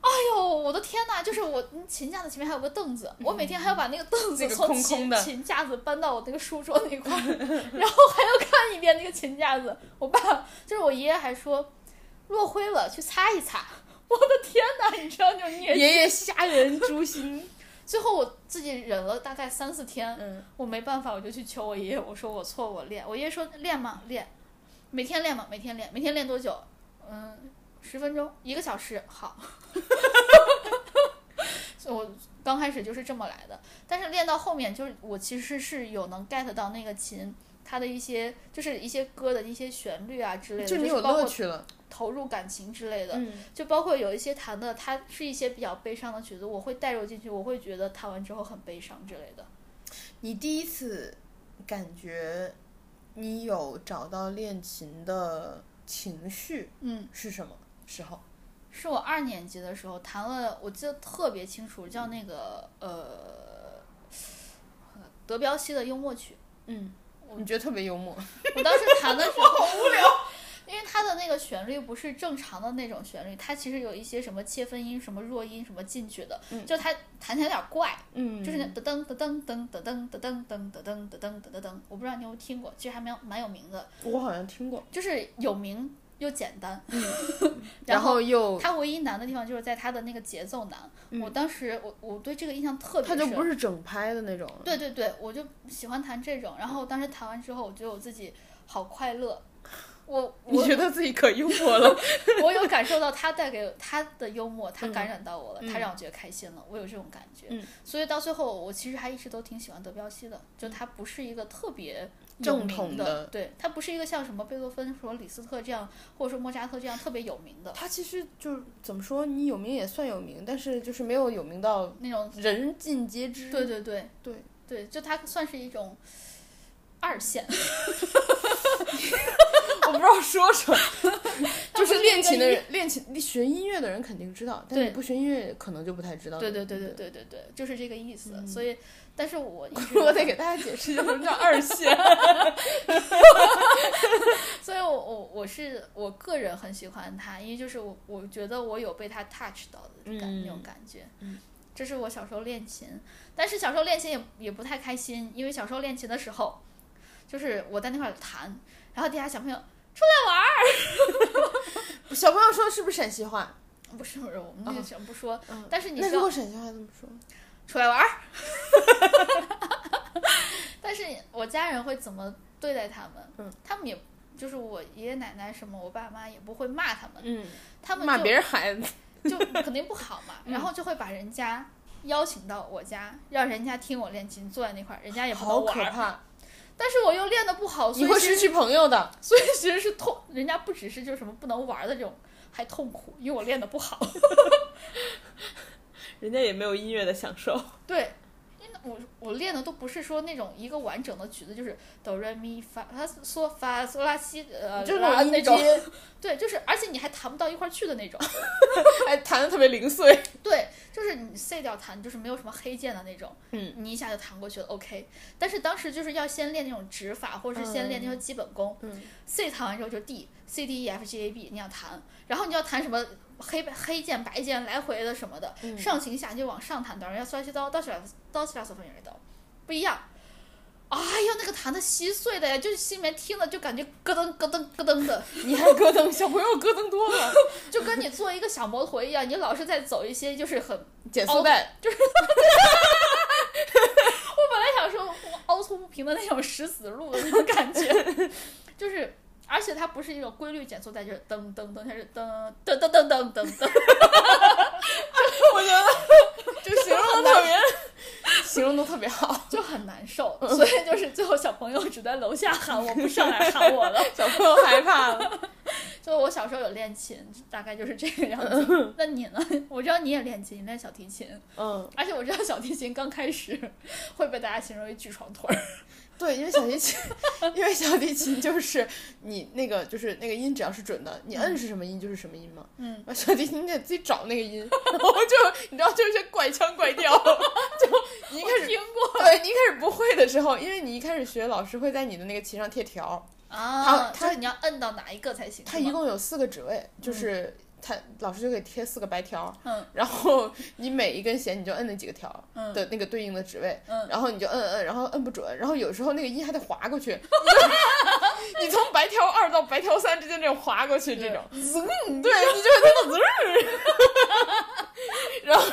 [SPEAKER 1] 哎呦，我的天呐，就是我嗯琴架子前面还有个凳子，我每天还要把那个凳子
[SPEAKER 2] 嗯那个
[SPEAKER 1] 从
[SPEAKER 2] 空
[SPEAKER 1] 琴
[SPEAKER 2] 空的
[SPEAKER 1] 琴架子搬到我那个书桌那块 儿，然后还要看一遍那个琴架子。我爸就是我爷爷还说，落灰了去擦一擦。 我的天呐，你知道就是虐心。
[SPEAKER 2] 爷爷吓人 诛心。
[SPEAKER 1] 最后我自己忍了大概三四天，
[SPEAKER 2] 嗯，
[SPEAKER 1] 我没办法，我就去求我爷爷，我说我错，我练。我爷爷说练吗？练，每天练吗？每天练，每天练多久？嗯，十分钟，一个小时。好， 所以我刚开始就是这么来的，但是练到后面，就是我其实是有能 get 到那个琴它的一些，就是一些歌的一些旋律啊之类的，
[SPEAKER 2] 就
[SPEAKER 1] 就
[SPEAKER 2] 你
[SPEAKER 1] 是
[SPEAKER 2] 有
[SPEAKER 1] 包
[SPEAKER 2] 乐
[SPEAKER 1] 括
[SPEAKER 2] 趣了。
[SPEAKER 1] 投入感情之类的。
[SPEAKER 2] 嗯，
[SPEAKER 1] 就包括有一些弹的，它是一些比较悲伤的曲子，我会带入进去，我会觉得弹完之后很悲伤之类的。
[SPEAKER 2] 你第一次感觉你有找到练琴的情绪
[SPEAKER 1] 嗯，
[SPEAKER 2] 是什么时候？
[SPEAKER 1] 是我二年级的时候弹了，我记得特别清楚，叫那个呃德彪西的幽默曲。
[SPEAKER 2] 嗯，你觉得特别幽默。
[SPEAKER 1] 我当时弹的时候好无聊，因为它的那个旋律不是正常的那种旋律，它其实有一些什么切分音、什么弱音、什么进去的，
[SPEAKER 2] 嗯
[SPEAKER 1] 就它弹起来有点怪，
[SPEAKER 2] 嗯
[SPEAKER 1] 就是那噔噔噔噔噔噔噔噔噔噔噔噔噔噔噔，我不知道你有没有听过，其实还蛮有蛮有名的，
[SPEAKER 2] 我好像听过。
[SPEAKER 1] 就是有名又简单，
[SPEAKER 2] 然
[SPEAKER 1] 然后
[SPEAKER 2] 后又
[SPEAKER 1] 它唯一难的地方就是在它的那个节奏难。
[SPEAKER 2] 嗯
[SPEAKER 1] 我当时我我对这个印象特别
[SPEAKER 2] 它
[SPEAKER 1] 深。
[SPEAKER 2] 就不是整拍的那种。
[SPEAKER 1] 对对对，我就喜欢弹这种。然后当时弹完之后，我觉得我自己好快乐。我
[SPEAKER 2] 你
[SPEAKER 1] 我
[SPEAKER 2] 觉得自己可幽默了？
[SPEAKER 1] 我有感受到他带给他的幽默，他
[SPEAKER 2] 嗯
[SPEAKER 1] 感染到我了，他
[SPEAKER 2] 嗯
[SPEAKER 1] 让我觉得开心了，我有这种感觉。
[SPEAKER 2] 嗯
[SPEAKER 1] 所以到最后，我其实还一直都挺喜欢德彪西的，就他不是一个特别有
[SPEAKER 2] 正
[SPEAKER 1] 名
[SPEAKER 2] 统
[SPEAKER 1] 的
[SPEAKER 2] 的，
[SPEAKER 1] 对他不是一个像什么贝多芬、说李斯特这样，或者说莫扎特这样特别有名的
[SPEAKER 2] 他其实就是怎么说，你有名也算有名，但是就是没有有名到
[SPEAKER 1] 那种。
[SPEAKER 2] 人尽皆知。
[SPEAKER 1] 对对对
[SPEAKER 2] 对
[SPEAKER 1] 对，就他算是一种二线。
[SPEAKER 2] 嗯我不知道说什 么，就是练
[SPEAKER 1] 他不是一
[SPEAKER 2] 琴的
[SPEAKER 1] 个
[SPEAKER 2] 人，练琴你学音乐的人肯定知道，但
[SPEAKER 1] 对
[SPEAKER 2] 你不学音乐可能就不太知 道。
[SPEAKER 1] 对对对对。对对对，就是这个意思。
[SPEAKER 2] 嗯
[SPEAKER 1] 所以，但是我一直
[SPEAKER 2] 我得给大家解释一下什么叫 二线。
[SPEAKER 1] 所以我我我是我个人很喜欢他，因为就是我我觉得我有被他 touch 到的感、那种
[SPEAKER 2] 嗯
[SPEAKER 1] 感觉。
[SPEAKER 2] 嗯
[SPEAKER 1] 这是我小时候练琴，但是小时候练琴也也不太开心，因为小时候练琴的时候，就是我在那块儿弹，然后底下小朋友
[SPEAKER 2] 小朋友说是不是陕西话？
[SPEAKER 1] 不是不是我们那个小不说，
[SPEAKER 2] 嗯
[SPEAKER 1] 但是你
[SPEAKER 2] 那
[SPEAKER 1] 知道
[SPEAKER 2] 如果陕西话怎么说？
[SPEAKER 1] 出来玩 儿，但是我家人会怎么对待他们？
[SPEAKER 2] 嗯，
[SPEAKER 1] 他们也就是我爷爷奶奶什么，我爸妈也不会骂他们，
[SPEAKER 2] 嗯，
[SPEAKER 1] 他们
[SPEAKER 2] 骂
[SPEAKER 1] 就
[SPEAKER 2] 别人孩子。
[SPEAKER 1] 就肯定不好嘛，
[SPEAKER 2] 嗯
[SPEAKER 1] 然后就会把人家邀请到我家，让人家听我练琴，坐在那块儿，人家哎也不
[SPEAKER 2] 好
[SPEAKER 1] 能
[SPEAKER 2] 可
[SPEAKER 1] 玩儿。
[SPEAKER 2] 怕！
[SPEAKER 1] 但是我又练的不好，所以
[SPEAKER 2] 你会
[SPEAKER 1] 其
[SPEAKER 2] 失
[SPEAKER 1] 实
[SPEAKER 2] 去朋友的。
[SPEAKER 1] 所以其实是痛，人家不只是就是什么不能玩儿的这种，还痛苦，因为我练的不好。
[SPEAKER 2] 人家也没有音乐的享受。
[SPEAKER 1] 对，因为我我练的都不是说那种一个完整的曲子，就是哆来咪发，他说发嗦拉西呃
[SPEAKER 2] 就是
[SPEAKER 1] 拉
[SPEAKER 2] 那
[SPEAKER 1] 那
[SPEAKER 2] 种
[SPEAKER 1] 种
[SPEAKER 2] 音，阶，
[SPEAKER 1] 对，就是而且你还弹不到一块儿去的那种，
[SPEAKER 2] 还弹的特别零碎。
[SPEAKER 1] 对，就是你 C 调弹，就是没有什么黑键的那种，
[SPEAKER 2] 嗯，
[SPEAKER 1] 你一下就弹过去了，OK。但是当时就是要先练那种指法，或者是先练那种基本功、
[SPEAKER 2] 嗯，
[SPEAKER 1] c 弹完之后就 D C D E F G A B 你要弹，然后你要弹什么黑黑键白键来回的什么的，
[SPEAKER 2] 嗯
[SPEAKER 1] 上行下就往上弹，等人家摔西刀到起来到起来手风也是刀，不一样。哎呀，那个弹的稀碎的呀，就是心里面听了就感觉咯噔咯噔咯噔的，
[SPEAKER 2] 你还咯噔，小朋友咯噔多啊了，
[SPEAKER 1] 就跟你做一
[SPEAKER 2] 哦
[SPEAKER 1] 个小摩托一样，你老是在走一些就是很
[SPEAKER 2] 减速带，就是
[SPEAKER 1] 平的那种食死路的那种感觉，就是而且它不是一种规律减速带，就是噔噔噔，它是噔噔噔噔噔噔 噔，
[SPEAKER 2] 我觉得 就形容的特别， 形容的特别好。
[SPEAKER 1] 就很难受。所以就是最后小朋友只在楼下喊我，不上来喊我了。
[SPEAKER 2] 小朋友害怕了，
[SPEAKER 1] 就我小时候有练琴，大概就是这个样子。那你呢？ 我知道你也练琴，你练小提琴，
[SPEAKER 2] 嗯，
[SPEAKER 1] 而且我知道小提琴刚开始会被大家形容为锯床腿儿。
[SPEAKER 2] 对，因为小提琴， 因为小提琴就是你那个就是那个音只要是准的，你摁是什么音就是什么音嘛。
[SPEAKER 1] 嗯，
[SPEAKER 2] 小提琴你得自己找那个 音，然后就你知道就是怪腔怪 调，就你一
[SPEAKER 1] 我
[SPEAKER 2] 开始
[SPEAKER 1] 听过
[SPEAKER 2] 对你一开始不会的时候，因为你一开始学，老师会在你的那个琴上贴条。
[SPEAKER 1] 啊，
[SPEAKER 2] 它
[SPEAKER 1] 就是你要摁到哪一个才行？
[SPEAKER 2] 它
[SPEAKER 1] 是吗
[SPEAKER 2] 一共有四个指位，就是它老师就给贴四个白条，
[SPEAKER 1] 嗯
[SPEAKER 2] 然后你每一根弦你就摁那几个条
[SPEAKER 1] 嗯
[SPEAKER 2] 的那个对应的指位，
[SPEAKER 1] 嗯
[SPEAKER 2] 然后你就摁摁，然后摁不准，然后有时候那个音还得划过去， 你从白条二到白条三之间这种划过去，这种，嗯，对你就会听到滋儿。 然后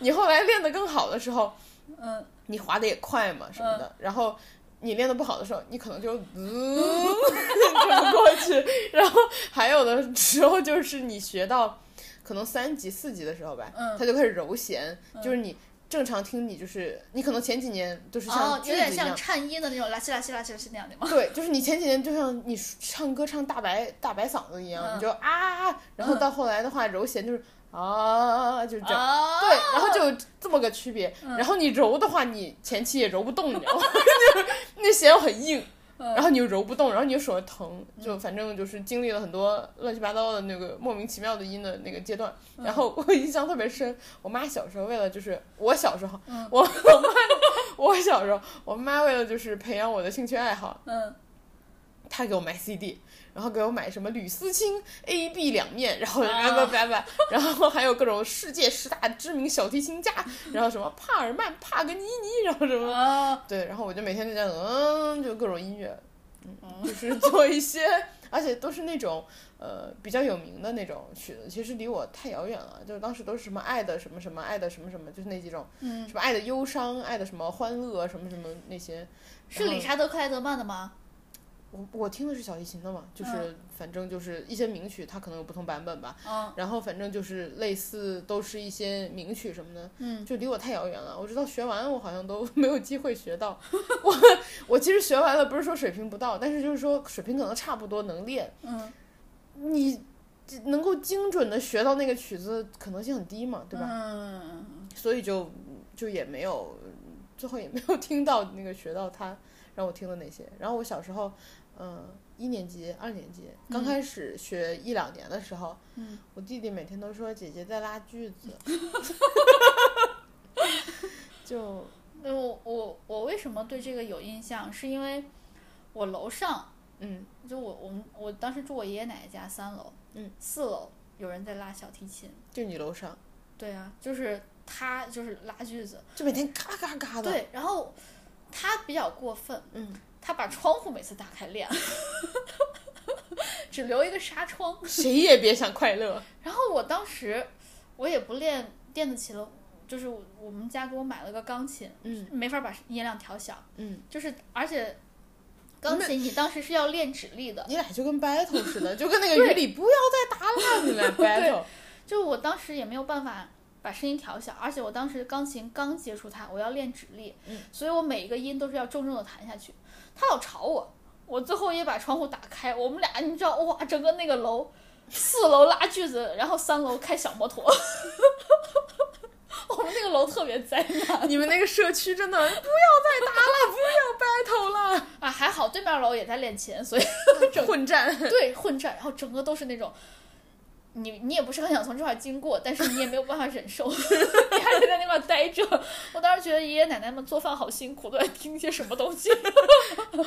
[SPEAKER 2] 你后来练得更好的时候，
[SPEAKER 1] 嗯，
[SPEAKER 2] 你滑的也快嘛什么的，然后你练的不好的时候，你可能就嗯这么过去，然后还有的时候就是你学到可能三级四级的时候吧，
[SPEAKER 1] 嗯
[SPEAKER 2] 它就开始揉弦，就是你正常听你就是你可能前几年就是像
[SPEAKER 1] 哦，
[SPEAKER 2] 句
[SPEAKER 1] 有
[SPEAKER 2] 子
[SPEAKER 1] 点
[SPEAKER 2] 一
[SPEAKER 1] 像
[SPEAKER 2] 样。
[SPEAKER 1] 颤音的那种拉西拉西拉西拉西那样的吗？
[SPEAKER 2] 对，就是你前几年就像你唱歌唱大白大白嗓子一样，
[SPEAKER 1] 嗯
[SPEAKER 2] 你就啊，然后到后来的话揉弦就是啊，就是这样。
[SPEAKER 1] 啊，
[SPEAKER 2] 对，然后就有这么个区别。然后你揉的话，你前期也揉不动，你知道吗？ 就是那弦又很硬，然后你又揉不动，然后你又手又疼，就反正就是经历了很多乱七八糟的那个莫名其妙的音的那个阶段。然后我印象特别深，我妈小时候为了就是我小时候，我我妈 我小时候，我妈为了就是培养我的兴趣爱好，
[SPEAKER 1] 嗯，
[SPEAKER 2] 他给我买 CD，然后给我买什么吕思清 A B 两面，然后
[SPEAKER 1] 啊
[SPEAKER 2] 拜拜拜拜，然后还有各种世界十大知名小提琴家，然后什么帕尔曼、帕格尼尼，然后什么，
[SPEAKER 1] 啊，
[SPEAKER 2] 对，然后我就每天就这样，嗯，就各种音乐，嗯，
[SPEAKER 1] 哦
[SPEAKER 2] 就是做一些， 而且都是那种呃比较有名的那种曲子，其实离我太遥远了，就是当时都是什么爱的什么什么，爱的什么什么，就是那几种，
[SPEAKER 1] 嗯，
[SPEAKER 2] 什么爱的忧伤，爱的什么欢乐，什么什么那些，
[SPEAKER 1] 是
[SPEAKER 2] 然后
[SPEAKER 1] 理查德克莱德曼的吗？
[SPEAKER 2] 我我听的是小提琴的嘛，就是、反正就是一些名曲，它可能有不同版本吧。
[SPEAKER 1] 嗯
[SPEAKER 2] 然后反正就是类似，都是一些名曲什么的，
[SPEAKER 1] 嗯
[SPEAKER 2] 就离我太遥远了。我知道学完，我好像都 没有机会学 到。我我其实学完了，不是说水平不到，但是就是说水平可能差不多能练。
[SPEAKER 1] 嗯，
[SPEAKER 2] 你能够精准的学到那个曲子，可能性很低嘛，对吧？
[SPEAKER 1] 嗯，
[SPEAKER 2] 所以就就也没有， 最后也没有听到那个学到他让我听的那些。然后我小时候，嗯、一年级、二年级刚开始学一两年的时候，
[SPEAKER 1] 嗯
[SPEAKER 2] 我弟弟每天都说姐姐在拉锯子， 就
[SPEAKER 1] 那我我我为什么对这个有印象？是因为我楼上
[SPEAKER 2] 嗯
[SPEAKER 1] 就我我们我当时住我爷爷奶奶家三楼，
[SPEAKER 2] 嗯，
[SPEAKER 1] 四楼有人在拉小提琴，
[SPEAKER 2] 就你楼上，
[SPEAKER 1] 对啊，就是他就是拉锯子，
[SPEAKER 2] 就每天嘎嘎嘎的，
[SPEAKER 1] 对，然后他比较过分，
[SPEAKER 2] 嗯，
[SPEAKER 1] 他把窗户每次打开练， 只留一个纱窗。
[SPEAKER 2] 谁也别想 快乐。
[SPEAKER 1] 然后我当时我也不练电子琴了，就是我我们家给我买了个钢琴，
[SPEAKER 2] 嗯
[SPEAKER 1] 没法把音量调小，
[SPEAKER 2] 嗯，
[SPEAKER 1] 就是而且钢琴你当时是要练指力的，
[SPEAKER 2] 你俩就跟 battle 似的，就跟那个雨里不要再打蜡，你俩 battle。
[SPEAKER 1] 就我当时也没有办法。把声音调小，而且我当时钢琴刚接触它，我要练指力，
[SPEAKER 2] 嗯
[SPEAKER 1] 所以我每一个音都是要重重的弹下去。他老吵我，我最后也把窗户打开，我们俩你知道哇，整个那个楼，四楼拉锯子，然后三楼开小摩托， 我们那个楼特别灾难。
[SPEAKER 2] 你们那个社区真 的不要再打了，不要 battle 了。
[SPEAKER 1] 啊，还好对面楼也在练琴，所以
[SPEAKER 2] 混 战。
[SPEAKER 1] 对混战，然后整个都是那种，你你也不是很想从这块经过，但是你也没有办法忍受， 你还得在那块待着。我当时觉得爷爷奶奶们做饭好辛苦，都在听些什么东西。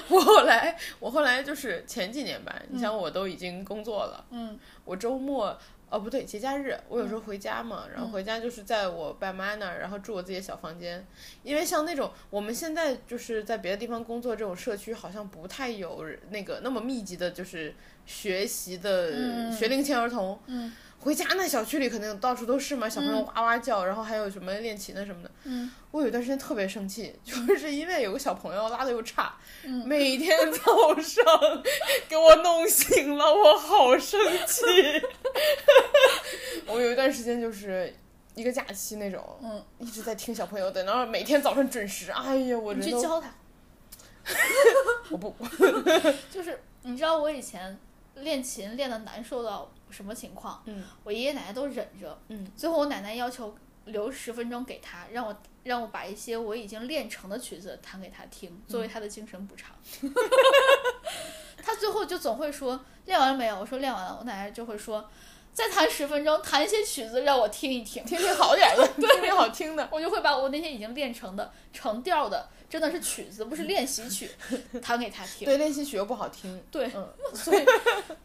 [SPEAKER 2] 我后来，我后来就是前几年吧，你想我都已经工作了，
[SPEAKER 1] 嗯
[SPEAKER 2] 我周末。哦，不对，节假日我有时候回家嘛，然
[SPEAKER 1] 嗯
[SPEAKER 2] 后回家就是在我爸妈那儿，然后住我自己的小房间。因为像那种我们现在就是在别的地方工作这种社区，好像不太有那个那么密集的，就是学习的
[SPEAKER 1] 嗯
[SPEAKER 2] 学龄前儿童。
[SPEAKER 1] 嗯
[SPEAKER 2] 回家那小区里肯定到处都是嘛，小朋友哇哇叫，然后还有什么练琴的什么的。
[SPEAKER 1] 嗯，
[SPEAKER 2] 我有段时间特别生气，就是因为有个小朋友拉的又差，
[SPEAKER 1] 嗯
[SPEAKER 2] 每天早上给我弄醒了，我好生气。 我有一段时间就是一个假期那种，
[SPEAKER 1] 嗯，
[SPEAKER 2] 一直在听小朋友的，然后每天早上准时，哎呀，我
[SPEAKER 1] 你
[SPEAKER 2] 人
[SPEAKER 1] 去
[SPEAKER 2] 都
[SPEAKER 1] 教他。
[SPEAKER 2] 我不
[SPEAKER 1] 就是你知道我以前练琴练的难受到什么情况？
[SPEAKER 2] 嗯，
[SPEAKER 1] 我爷爷奶奶都忍着。
[SPEAKER 2] 嗯，
[SPEAKER 1] 最后我奶奶要求留十分钟给他，让我让我把一些我已经练成的曲子弹给他听，作
[SPEAKER 2] 嗯
[SPEAKER 1] 为他的精神补偿。 他最后就总会说练完了没有？我说练完了，我奶奶就会说再弹十分钟，弹一些曲子让我听一听。
[SPEAKER 2] 听听好点 的，听听好听的。
[SPEAKER 1] 我就会把我那些已经练成的成调的，真的是曲子，不是练习 曲，弹给他听。
[SPEAKER 2] 对，练习曲又不好听。
[SPEAKER 1] 对
[SPEAKER 2] 嗯
[SPEAKER 1] 所以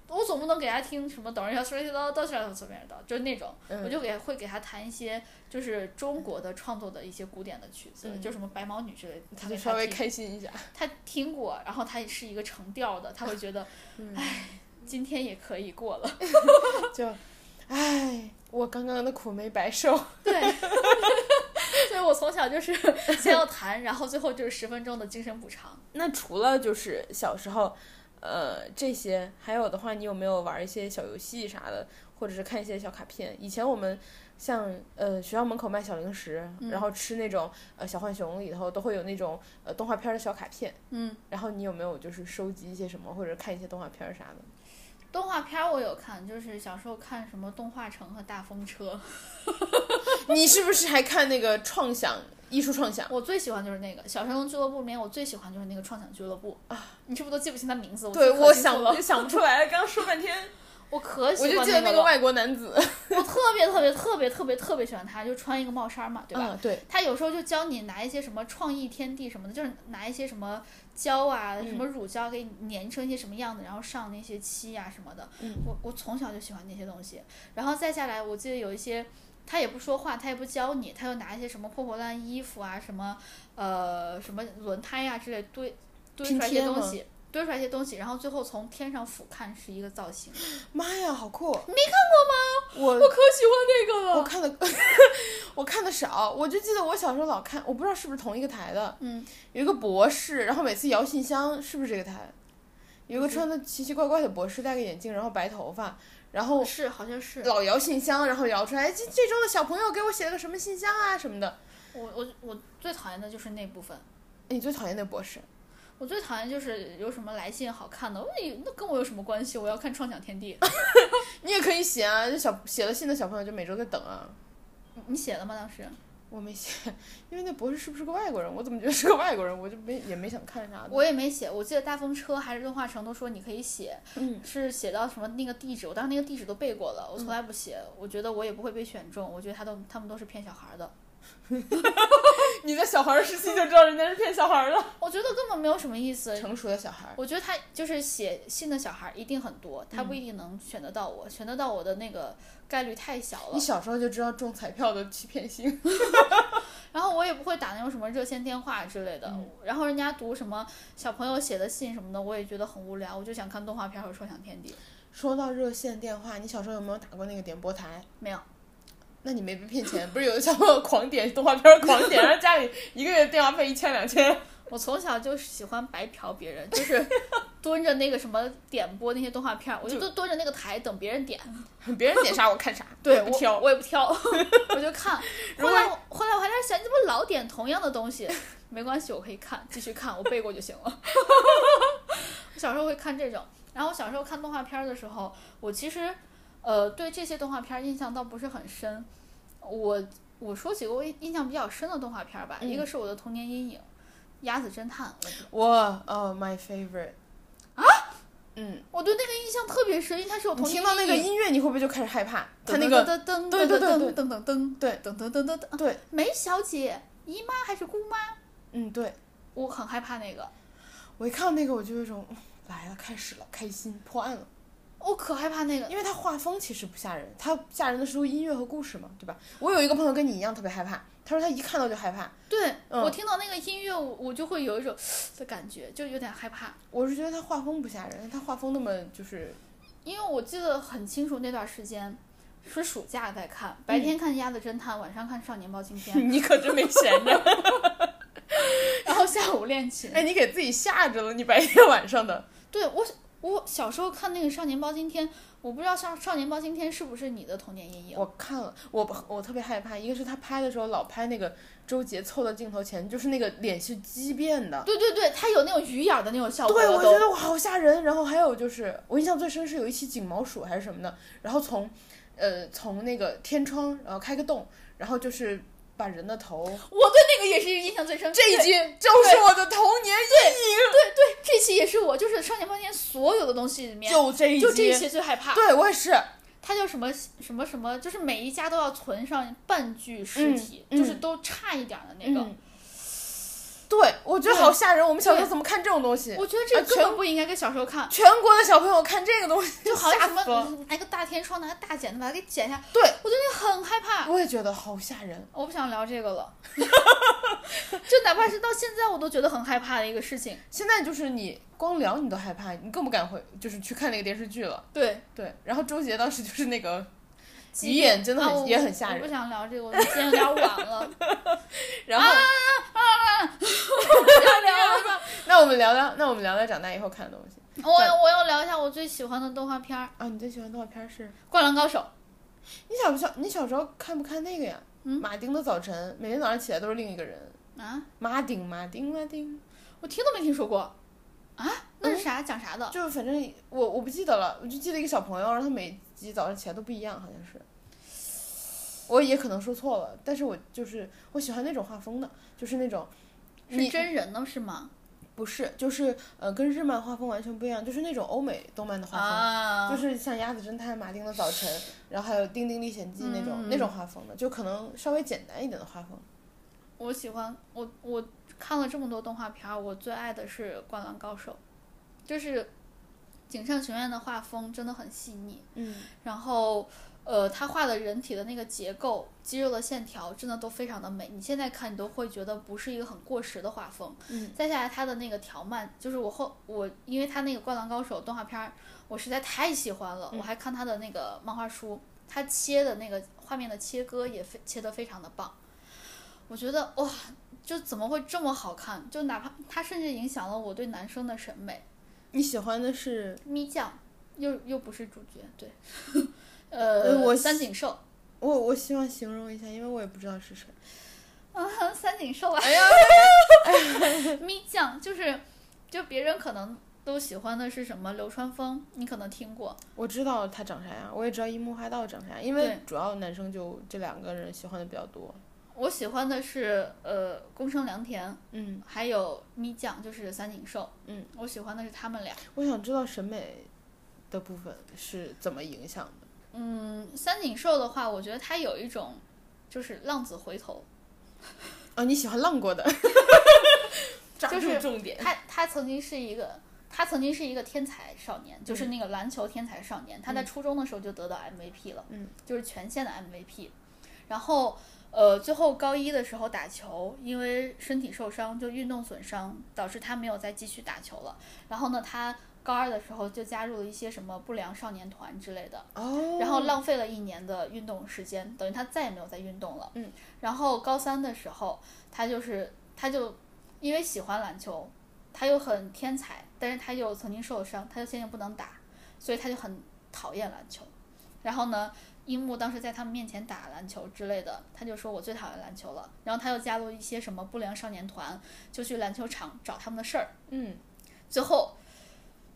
[SPEAKER 1] 我总不能给他听什么《等一下摔一刀，到下怎么样的，就是那种，
[SPEAKER 2] 嗯
[SPEAKER 1] 我就给会给他弹一些就是中国的创作的一些古典的曲子，
[SPEAKER 2] 嗯
[SPEAKER 1] 就什么白毛女之类的，他
[SPEAKER 2] 他
[SPEAKER 1] 给
[SPEAKER 2] 就
[SPEAKER 1] 他
[SPEAKER 2] 稍微
[SPEAKER 1] 听
[SPEAKER 2] 开心一下。
[SPEAKER 1] 他听过，然后他也是一个成调的，他会觉得，
[SPEAKER 2] 嗯
[SPEAKER 1] 哎、今天也可以过 了，
[SPEAKER 2] 就，唉，我刚刚的苦没白受。
[SPEAKER 1] 对。 所以我从小就是先要弹，然后最后就是十分钟的精神补偿。
[SPEAKER 2] 那除了就是小时候，呃，这些，还有的话，你有没有玩一些小游戏啥的，或者是看一些小卡片？以前我们像呃学校门口卖小零食，
[SPEAKER 1] 嗯
[SPEAKER 2] 然后吃那种呃小浣熊里头都会有那种呃动画片儿的小卡片。
[SPEAKER 1] 嗯，
[SPEAKER 2] 然后你有没有就是收集一些什么，或者看一些动画片儿啥的？
[SPEAKER 1] 动画片儿我有看，就是小时候看什么《动画城》和《大风车》，
[SPEAKER 2] 你是不是还看那个创想艺术创想？
[SPEAKER 1] 我最喜欢就是那个《小神龙俱乐部》里面，我最喜欢就是那个创想俱乐部啊！你是不是都记不清他名字？
[SPEAKER 2] 对，
[SPEAKER 1] 记
[SPEAKER 2] 我
[SPEAKER 1] 可清楚
[SPEAKER 2] 想
[SPEAKER 1] 了，
[SPEAKER 2] 想不出来，刚说半天，
[SPEAKER 1] 我可 喜
[SPEAKER 2] 我
[SPEAKER 1] 欢
[SPEAKER 2] 就记得那
[SPEAKER 1] 那
[SPEAKER 2] 个
[SPEAKER 1] 了，
[SPEAKER 2] 外国男子。
[SPEAKER 1] 我特别特别特别特别特别喜欢他，就穿一个帽衫嘛，啊对吧？
[SPEAKER 2] 嗯，对，
[SPEAKER 1] 他有时候就教你拿一些什么创意天地什么的，就是拿一些什么胶啊、
[SPEAKER 2] 嗯
[SPEAKER 1] 什么乳胶给你粘成一些什么样子，然后上那些漆啊什么的。
[SPEAKER 2] 嗯
[SPEAKER 1] 我我从小就喜欢那些东西，然后再下来，我记得有一些。他也不说话，他也不教你，他又拿一些什么破破烂衣服啊，什么呃什么轮胎呀、之类堆堆出来一些
[SPEAKER 2] 拼贴吗
[SPEAKER 1] 东西，堆出来一些东西，然后最后从天上俯瞰是一个造型。
[SPEAKER 2] 妈呀，好酷！你看过吗？我
[SPEAKER 1] 我可喜欢那个
[SPEAKER 2] 我
[SPEAKER 1] 了。
[SPEAKER 2] 看的， 我看的少，我就记得我小时候老看，我不知道是不是同一个台的，
[SPEAKER 1] 嗯，
[SPEAKER 2] 有一个博士，然后每次摇信箱，是不是这个台？有一个穿的奇奇怪怪的博士，戴个眼镜，然后白头发，然后
[SPEAKER 1] 哦是好像是
[SPEAKER 2] 老摇信箱，然后摇出来，哎这这周的小朋友给我写了个什么信箱啊什么的。哎
[SPEAKER 1] 我我我最讨厌的就是那部分。
[SPEAKER 2] 你最讨厌那博士？
[SPEAKER 1] 我最讨厌就是有什么来信好看的，我以那跟我有什么关系？我要看《创想天地》
[SPEAKER 2] 你也可以写啊，这小写了信的小朋友就每周在等啊。
[SPEAKER 1] 你，你写了吗？当时
[SPEAKER 2] 我没写，因为那博士是不是个外国人？我怎么觉得是个外国人？我就没也没想看啥的。
[SPEAKER 1] 我也没写，我记得大风车还是动画城都说你可以写，
[SPEAKER 2] 嗯，
[SPEAKER 1] 是写到什么那个地址，我当时那个地址都背过了，我从来不写，我觉得我也不会被选中，我觉得他都他们都是骗小孩的，
[SPEAKER 2] 你在小孩儿时期就知道人家是骗小孩儿了。
[SPEAKER 1] 我觉得根本没有什么意思。
[SPEAKER 2] 成熟的小孩儿，
[SPEAKER 1] 我觉得他就是写信的小孩一定很多，他
[SPEAKER 2] 嗯
[SPEAKER 1] 不一定能选得到我，选得到我的那个概率太小了
[SPEAKER 2] 你。小时候就知道中彩票的欺骗性。
[SPEAKER 1] 然后我也不会打那种什么热线电话之类的，然后人家读什么小朋友写的信什么的，我也觉得很无聊，我就想看动画片和《创想天地》。
[SPEAKER 2] 说到热线电话，你小时候有没有打过那个点播台？
[SPEAKER 1] 没有，
[SPEAKER 2] 那你没被骗钱？不是有的小朋友狂点动画片儿，狂点，然后家里一个月电话费一千两千。
[SPEAKER 1] 我从小就喜欢白嫖别人，就是蹲着那个什么点播那些动画片，我就
[SPEAKER 2] 就
[SPEAKER 1] 都蹲着那个台等别人点，
[SPEAKER 2] 别人点啥我看啥，
[SPEAKER 1] 对
[SPEAKER 2] 不挑。
[SPEAKER 1] 我也不挑，我就看。
[SPEAKER 2] 如
[SPEAKER 1] 后
[SPEAKER 2] 果
[SPEAKER 1] 来我后来我还在想，你怎么老点同样的东西？没关系，我可以看，继续看，我背过就行了。我小时候会看这种，然后我小时候看动画片儿的时候，我其实呃对这些动画片儿印象倒不是很深。我我说几个我印印象比较深的动画片儿吧，
[SPEAKER 2] 嗯
[SPEAKER 1] 一个是我的童年阴影，《鸭子侦探》我，
[SPEAKER 2] 我哦、m y favorite。啊？嗯，
[SPEAKER 1] 我对那个印象特别深，因为它是我
[SPEAKER 2] 你
[SPEAKER 1] 童年
[SPEAKER 2] 听到那个
[SPEAKER 1] 阴影。
[SPEAKER 2] 音乐，你会不会就开始害怕？他那个，
[SPEAKER 1] 噔噔
[SPEAKER 2] 对
[SPEAKER 1] 噔
[SPEAKER 2] 对
[SPEAKER 1] 噔
[SPEAKER 2] 对
[SPEAKER 1] 噔噔噔
[SPEAKER 2] 对
[SPEAKER 1] 噔噔噔噔噔，
[SPEAKER 2] 对，
[SPEAKER 1] 梅小姐，姨妈还是姑妈？
[SPEAKER 2] 嗯，对，
[SPEAKER 1] 我很害怕那个，
[SPEAKER 2] 我一看到那个，我就有一种嗯来了，开始了，开心破案了。
[SPEAKER 1] 我可害怕那个。
[SPEAKER 2] 因为它画风其实不吓人，它吓人的是音乐和故事嘛，对吧？我有一个朋友跟你一样特别害怕，他说他一看到就害怕。
[SPEAKER 1] 对、
[SPEAKER 2] 嗯
[SPEAKER 1] 我听到那个音乐，我我就会有一种的感觉，就有点害怕。
[SPEAKER 2] 我是觉得他画风不吓人，他画风那么就是
[SPEAKER 1] 因为我记得很清楚那段时间，是暑假在看，
[SPEAKER 2] 嗯
[SPEAKER 1] 白天看《鸭子侦探》，晚上看《少年包青天》，
[SPEAKER 2] 你可真没闲着。
[SPEAKER 1] 然后下午练琴。
[SPEAKER 2] 哎，你给自己吓着了，你白天晚上的。
[SPEAKER 1] 对我，我小时候看那个《少年包青天》，我不知道少《少年包青天》是不是你的童年阴影。
[SPEAKER 2] 我看了，我我特别害怕，一个是他拍的时候老拍那个周杰凑到镜头前，就是那个脸是畸变的。
[SPEAKER 1] 对对对，它有那种鱼眼儿的那种效果。
[SPEAKER 2] 对，我
[SPEAKER 1] 都
[SPEAKER 2] 觉得我好吓人。然后还有就是，我印象最深是有一期警毛鼠还是什么的，然后从，呃，从那个天窗然后开个洞，然后就是把人的头。
[SPEAKER 1] 我对那个也是印象最深。
[SPEAKER 2] 这一
[SPEAKER 1] 对
[SPEAKER 2] 集就是我的童年阴
[SPEAKER 1] 对对，这期也是我，就是《少年包青天》所有的东西里
[SPEAKER 2] 影，
[SPEAKER 1] 面，
[SPEAKER 2] 就这一
[SPEAKER 1] 就这一
[SPEAKER 2] 集。
[SPEAKER 1] 期最害怕。
[SPEAKER 2] 对我也是，
[SPEAKER 1] 它叫什么什么什么，就是每一家都要存上半具尸体，
[SPEAKER 2] 嗯
[SPEAKER 1] 就是都差一点儿的那个。
[SPEAKER 2] 嗯对我觉得好吓人。我们小时候怎么看这种东西？
[SPEAKER 1] 我觉得这
[SPEAKER 2] 啊
[SPEAKER 1] 个根
[SPEAKER 2] 全
[SPEAKER 1] 本不应该给小时候看，
[SPEAKER 2] 全国的小朋友看这个东西，
[SPEAKER 1] 就好像
[SPEAKER 2] 吓
[SPEAKER 1] 什
[SPEAKER 2] 死
[SPEAKER 1] 么
[SPEAKER 2] 了。
[SPEAKER 1] 你拿个大天窗，拿个大剪子把它给剪下，
[SPEAKER 2] 对，
[SPEAKER 1] 我对那个很害怕。
[SPEAKER 2] 我也觉得好吓人。
[SPEAKER 1] 我不想聊这个了， 就哪怕是到现在我都觉得很害怕的一个事情。
[SPEAKER 2] 现在就是你光聊你都害怕，你更不敢回，就是去看那个电视剧了。
[SPEAKER 1] 对，
[SPEAKER 2] 对，然后周杰当时就是那个
[SPEAKER 1] 即
[SPEAKER 2] 鱼眼真的
[SPEAKER 1] 啊
[SPEAKER 2] 很、
[SPEAKER 1] 我
[SPEAKER 2] 也很吓
[SPEAKER 1] 我不
[SPEAKER 2] 人，
[SPEAKER 1] 想聊这个， 我们今天有点晚了，
[SPEAKER 2] 然
[SPEAKER 1] 啊
[SPEAKER 2] 后、
[SPEAKER 1] 不想聊了。
[SPEAKER 2] 那我们聊聊，那我们聊聊长大以后看的东西
[SPEAKER 1] 我要我要聊一下我最喜欢的动画片儿
[SPEAKER 2] 啊。你最喜欢动画片是
[SPEAKER 1] 《灌篮高手》。
[SPEAKER 2] 你小不小你小时候看不看那个呀？
[SPEAKER 1] 嗯
[SPEAKER 2] 马丁的早晨，每天早上起来都是另一个人。
[SPEAKER 1] 啊，
[SPEAKER 2] 马丁，马丁，马丁，
[SPEAKER 1] 我听都没听说过。啊，那
[SPEAKER 2] 嗯
[SPEAKER 1] 是啥？讲啥的？
[SPEAKER 2] 就反正我我不记得了，我就记得一个小朋友，然后他每集早上起来都不一样，好像是。我也可能说错了，但是我就是我喜欢那种画风的，就是那种
[SPEAKER 1] 是
[SPEAKER 2] 你
[SPEAKER 1] 真人的是吗？
[SPEAKER 2] 不是就是呃跟日漫画风完全不一样，就是那种欧美动漫的画风，
[SPEAKER 1] 啊，
[SPEAKER 2] 就。是像《鸭子侦探》《马丁的早晨》，然后还有《丁丁历险记》那种、
[SPEAKER 1] 嗯
[SPEAKER 2] 那种画风的，就可能稍微简单一点的画风。
[SPEAKER 1] 我喜欢我我看了这么多动画片儿，我最爱的是《灌篮高手》，就是井上雄彦的画风真的很细腻，
[SPEAKER 2] 嗯，
[SPEAKER 1] 然后呃，他画的人体的那个结构、肌肉的线条真的都非常的美，你现在看你都会觉得不是一个很过时的画风。
[SPEAKER 2] 嗯，
[SPEAKER 1] 再下来他的那个条漫，就是我后我因为他那个《灌篮高手》动画片儿，我实在太喜欢了，
[SPEAKER 2] 嗯
[SPEAKER 1] 我还看他的那个漫画书，他切的那个画面的切割也非切得非常的棒。我觉得哇，就怎么会这么好看？就哪怕它甚至影响了我对男生的审美。
[SPEAKER 2] 你喜欢的是
[SPEAKER 1] 咪酱又又不是主角，对，
[SPEAKER 2] 呃
[SPEAKER 1] 呃，
[SPEAKER 2] 我
[SPEAKER 1] 三井寿，
[SPEAKER 2] 我我希望形容一下，因为我也不知道是谁。
[SPEAKER 1] 啊， 三井寿啊，
[SPEAKER 2] 哎呀，
[SPEAKER 1] 咪酱就是，就别人可能都喜欢的是什么流川枫，你可能听过，
[SPEAKER 2] 我知道他长啥样，我也知道樱木花道长啥样，因为
[SPEAKER 1] 对
[SPEAKER 2] 主要男生就这两个人喜欢的比较多。
[SPEAKER 1] 我喜欢的是呃宫城良田，
[SPEAKER 2] 嗯，
[SPEAKER 1] 还有咪酱就是三井寿，
[SPEAKER 2] 嗯，
[SPEAKER 1] 我喜欢的是他们俩，
[SPEAKER 2] 我想知道审美的部分是怎么影响的。
[SPEAKER 1] 嗯，三井寿的话，我觉得他有一种就是浪子回头，
[SPEAKER 2] 哦，你喜欢浪过的，抓
[SPEAKER 1] 就
[SPEAKER 2] 住
[SPEAKER 1] 是
[SPEAKER 2] 重点。
[SPEAKER 1] 他他曾经是一个，他曾经是一个天才少年，
[SPEAKER 2] 嗯
[SPEAKER 1] 就是那个篮球天才少年。他在初中的时候就得到 MVP 了，
[SPEAKER 2] 嗯，
[SPEAKER 1] 就是全县的 MVP。然后呃，最后高一的时候打球，因为身体受伤，就运动损伤，导致他没有再继续打球了。然后呢，他高二的时候就加入了一些什么不良少年团之类的，
[SPEAKER 2] 哦，
[SPEAKER 1] 然后浪费了一年的运动时间，等于他再也没有再运动了。
[SPEAKER 2] 嗯，
[SPEAKER 1] 然后高三的时候，他就是他就因为喜欢篮球，他又很天才，但是他又曾经受伤，他就现在不能打，所以他就很讨厌篮球。然后呢，樱木当时在他们面前打篮球之类的，他就说我最讨厌篮球了。然后他又加入一些什么不良少年团，就去篮球场找他们的事儿。
[SPEAKER 2] 嗯，
[SPEAKER 1] 最后，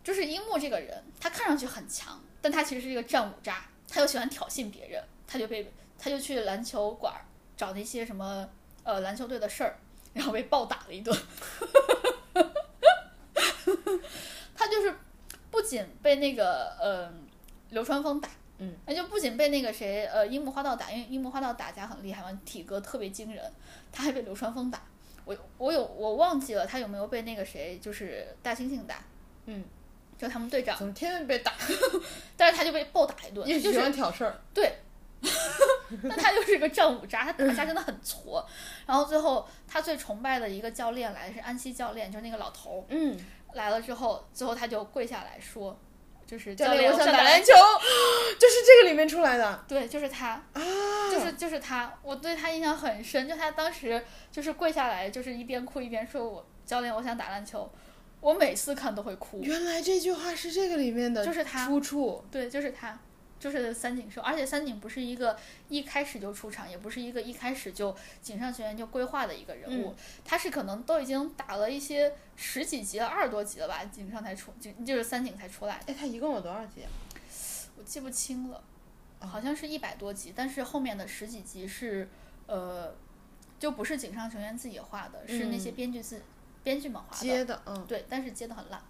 [SPEAKER 1] 就是樱木这个人，他看上去很强，但他其实是一个战五渣，他又喜欢挑衅别人，他就被他就去篮球馆儿找那些什么呃篮球队的事儿，然后被暴打了一顿。 他就是不仅被那个呃流川枫打，
[SPEAKER 2] 嗯，
[SPEAKER 1] 那就不仅被那个谁呃樱木花道打，因为樱木花道打架很厉害嘛，体格特别惊人，他还被流川枫打。我我有我忘记了他有没有被那个谁就是大猩猩打，
[SPEAKER 2] 嗯，
[SPEAKER 1] 就他们队长，
[SPEAKER 2] 怎么天天被打？
[SPEAKER 1] 但是他就被暴打一顿，
[SPEAKER 2] 也
[SPEAKER 1] 就
[SPEAKER 2] 喜
[SPEAKER 1] 是
[SPEAKER 2] 欢挑事儿。
[SPEAKER 1] 那他就是个战五渣，他打架真的很挫。然后最后他最崇拜的一个教练来的是安西教练，就是那个老头儿
[SPEAKER 2] 嗯，
[SPEAKER 1] 来了之后，最后他就跪下来说，就是
[SPEAKER 2] 教
[SPEAKER 1] 练，
[SPEAKER 2] 练，
[SPEAKER 1] 我
[SPEAKER 2] 我想
[SPEAKER 1] 打
[SPEAKER 2] 打篮球，就是这个里面出来的。啊
[SPEAKER 1] 对，就是他，就是就是他，我对他印象很深。就他当时就是跪下来，就是一边哭一边说我：“教练，我想打篮球。”我每次看都会哭。
[SPEAKER 2] 原来这句话是这个里面的
[SPEAKER 1] 就是他
[SPEAKER 2] 出处，
[SPEAKER 1] 对，就是他，就是三井寿。而且三井不是一个一开始就出场，也不是一个一开始就井上学院就规划的一个人
[SPEAKER 2] 嗯
[SPEAKER 1] 物，他是可能都已经打了一些十几集了、二十多集了吧，井上才出，就就是三井才出来。
[SPEAKER 2] 哎，他一共有多少集啊？
[SPEAKER 1] 我记不清了，
[SPEAKER 2] 哦
[SPEAKER 1] 好像是一百多集，但是后面的十几集是，呃，就不是井上雄彦自己画的，是那些
[SPEAKER 2] 嗯
[SPEAKER 1] 编剧自编剧们画的，
[SPEAKER 2] 接的，嗯
[SPEAKER 1] 对，但是接的很 烂，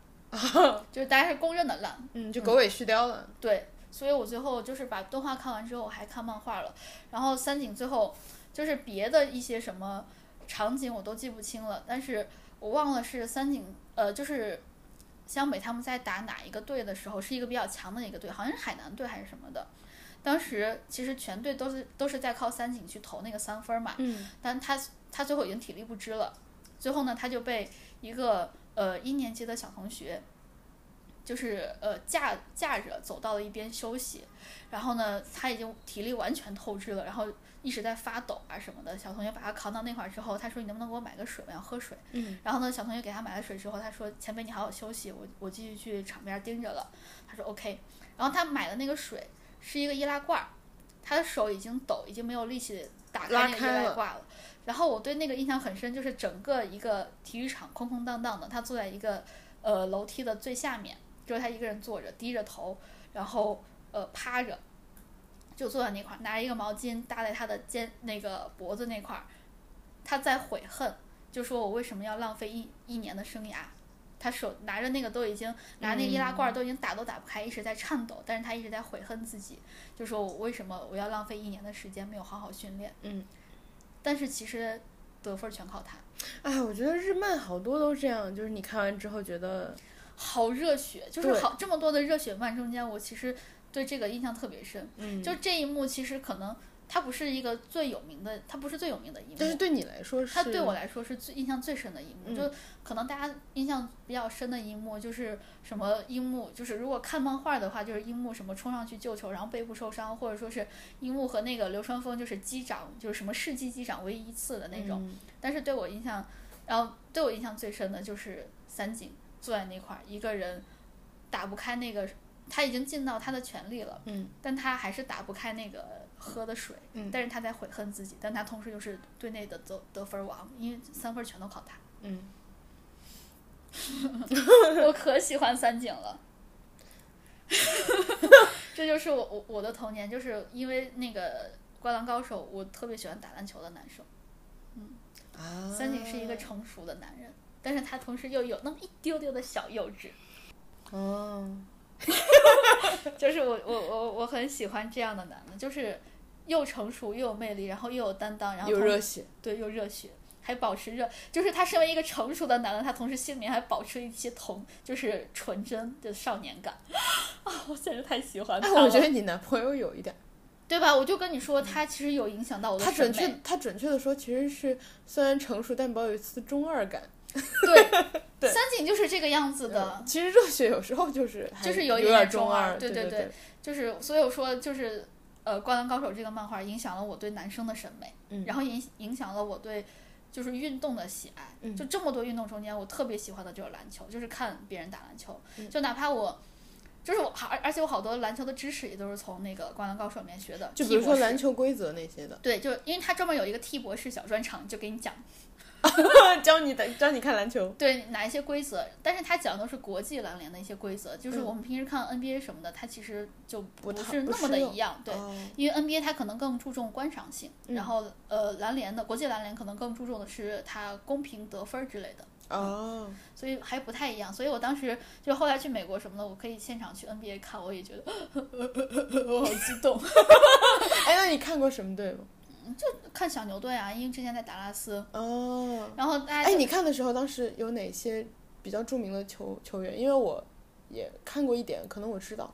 [SPEAKER 1] 就是大家是公认的烂，
[SPEAKER 2] 嗯，就狗尾续貂了。
[SPEAKER 1] 对，所以我最后就是把动画看完之后，我还看漫画了，然后三井最后就是别的一些什么场景我都记不清了，但是我忘了是三井，呃，就是。湘北他们在打哪一个队的时候，是一个比较强的一个队，好像是海南队还是什么的。当时其实全队都是都是在靠三井去投那个三分嘛，
[SPEAKER 2] 嗯，
[SPEAKER 1] 但他他最后已经体力不支了，最后呢，他就被一个呃一年级的小同学，就是呃架架着走到了一边休息，然后呢，他已经体力完全透支了，然后一直在发抖啊什么的。小同学把他扛到那块儿之后，他说：“你能不能给我买个水？我要喝水。”
[SPEAKER 2] 嗯，
[SPEAKER 1] 然后呢，小同学给他买了水之后，他说：“前辈，你好好休息，我我继续去场边盯着了。”他说：“OK。”然后他买的那个水是一个易拉罐儿，他的手已经抖，已经没有力气打开那
[SPEAKER 2] 拉
[SPEAKER 1] 个易
[SPEAKER 2] 开
[SPEAKER 1] 拉
[SPEAKER 2] 了
[SPEAKER 1] 罐了。然后我对那个印象很深，就是整个一个体育场空空荡荡的，他坐在一个呃楼梯的最下面，只有他一个人坐着，低着头，然后呃趴着，就坐在那块儿，拿一个毛巾搭在他的肩那个脖子那块儿，他在悔恨，就说我为什么要浪费一一年的生涯。他手拿着那个都已经拿那个易拉
[SPEAKER 2] 嗯
[SPEAKER 1] 罐儿都已经打都打不开，一直在颤抖，但是他一直在悔恨自己，就说我为什么我要浪费一年的时间没有好好训练？
[SPEAKER 2] 嗯，
[SPEAKER 1] 但是其实得分儿全靠他，
[SPEAKER 2] 哎，我觉得日漫好多都这样，就是你看完之后觉得，
[SPEAKER 1] 好热血，就是
[SPEAKER 2] 对
[SPEAKER 1] 好这么多的热血漫中间，我其实对这个印象特别深。
[SPEAKER 2] 嗯，
[SPEAKER 1] 就这一幕，其实可能它不是一个最有名的，它不是最有名的一
[SPEAKER 2] 但是
[SPEAKER 1] 幕，
[SPEAKER 2] 对你来说是，
[SPEAKER 1] 它对我来说是最印象最深的一幕。
[SPEAKER 2] 嗯
[SPEAKER 1] 就可能大家印象比较深的一幕就是什么樱木，就是如果看漫画的话，就是樱木什么冲上去救球，然后背部受伤，或者说是樱木和那个流川枫就是击掌，就是什么世纪击掌唯一一次的那种。
[SPEAKER 2] 嗯
[SPEAKER 1] 但是对我印象，然后对我印象最深的就是三井坐在那块儿，一个人打不开那个，他已经尽到他的全力了，
[SPEAKER 2] 嗯，
[SPEAKER 1] 但他还是打不开那个喝的水，
[SPEAKER 2] 嗯
[SPEAKER 1] 但是他在悔恨自己，但他同时又是队内的得得分王，因为三分全都靠 他，
[SPEAKER 2] 嗯，
[SPEAKER 1] 我可喜欢三井了。 这就是我我我的童年，就是因为那个《灌篮高手》，我特别喜欢打篮球的男生。
[SPEAKER 2] 啊，
[SPEAKER 1] 嗯三井是一个成熟的男人，但是他同时又有那么一丢丢的小幼稚，
[SPEAKER 2] 哦，
[SPEAKER 1] 就是我我我我很喜欢这样的男的，就是又成熟又有魅力，然后又有担啊当，然后
[SPEAKER 2] 有
[SPEAKER 1] 同
[SPEAKER 2] 热血，
[SPEAKER 1] 对又热血，还保持热，就是他身为一个成熟的男的，他同时心里面还保持一些童就是纯真的少年感 啊、我简直太喜欢他
[SPEAKER 2] 哎，
[SPEAKER 1] 了，
[SPEAKER 2] 我觉得你男朋友有一点，
[SPEAKER 1] 对吧？我就跟你说，他其实有影响到我的
[SPEAKER 2] 他
[SPEAKER 1] 审
[SPEAKER 2] 准
[SPEAKER 1] 美
[SPEAKER 2] 确，他准确的说其实是虽然成熟，但保有一丝中二感。
[SPEAKER 1] 对
[SPEAKER 2] 对
[SPEAKER 1] 三井就是这个样子的。
[SPEAKER 2] 嗯其实热血有时候就是还
[SPEAKER 1] 就是有一
[SPEAKER 2] 有
[SPEAKER 1] 点
[SPEAKER 2] 点
[SPEAKER 1] 中二
[SPEAKER 2] 二，
[SPEAKER 1] 对
[SPEAKER 2] 对
[SPEAKER 1] 对对就是，所以我说就是，呃，《灌篮高手》这个漫画影响了我对男生的审美，
[SPEAKER 2] 嗯
[SPEAKER 1] 然后影影响了我对就是运动的喜爱。
[SPEAKER 2] 嗯
[SPEAKER 1] 就这么多运动中间，我特别喜欢的就是篮球，就是看别人打篮球，
[SPEAKER 2] 嗯
[SPEAKER 1] 就哪怕我。就是我，而而且我好多篮球的知识也都是从那个《灌篮高手》里面学的。
[SPEAKER 2] 就比
[SPEAKER 1] 替
[SPEAKER 2] 如
[SPEAKER 1] 博
[SPEAKER 2] 说
[SPEAKER 1] 士
[SPEAKER 2] 篮球规则那 些的，
[SPEAKER 1] 对，就因为他专门有一个 T 博士小专场，就给你讲
[SPEAKER 2] 教你的教你看篮球。
[SPEAKER 1] 对哪一些规则，但是他讲的都是国际篮联的一些规则，就是
[SPEAKER 2] 嗯
[SPEAKER 1] 我们平时看 NBA 什么的，它其实就
[SPEAKER 2] 不太
[SPEAKER 1] 是
[SPEAKER 2] 不
[SPEAKER 1] 那么的
[SPEAKER 2] 适用
[SPEAKER 1] 一样。对，
[SPEAKER 2] 哦，
[SPEAKER 1] 因为 NBA 它可能更注重观赏性，
[SPEAKER 2] 嗯
[SPEAKER 1] 然后呃篮联的国际篮联可能更注重的是它公平得分儿之类的，
[SPEAKER 2] 哦，
[SPEAKER 1] 所以还不太一样。所以我当时就后来去美国什么的，我可以现场去 NBA 看，我也觉得 我好激动。
[SPEAKER 2] 哎，那你看过什么队吗？
[SPEAKER 1] 看小牛队啊，因为之前在达拉斯，
[SPEAKER 2] 哦，
[SPEAKER 1] 然后大家
[SPEAKER 2] 哎，
[SPEAKER 1] 嗯就
[SPEAKER 2] 你看的时候，当时有哪些比较著名的球球员？因为我也看过一点，可能我知道，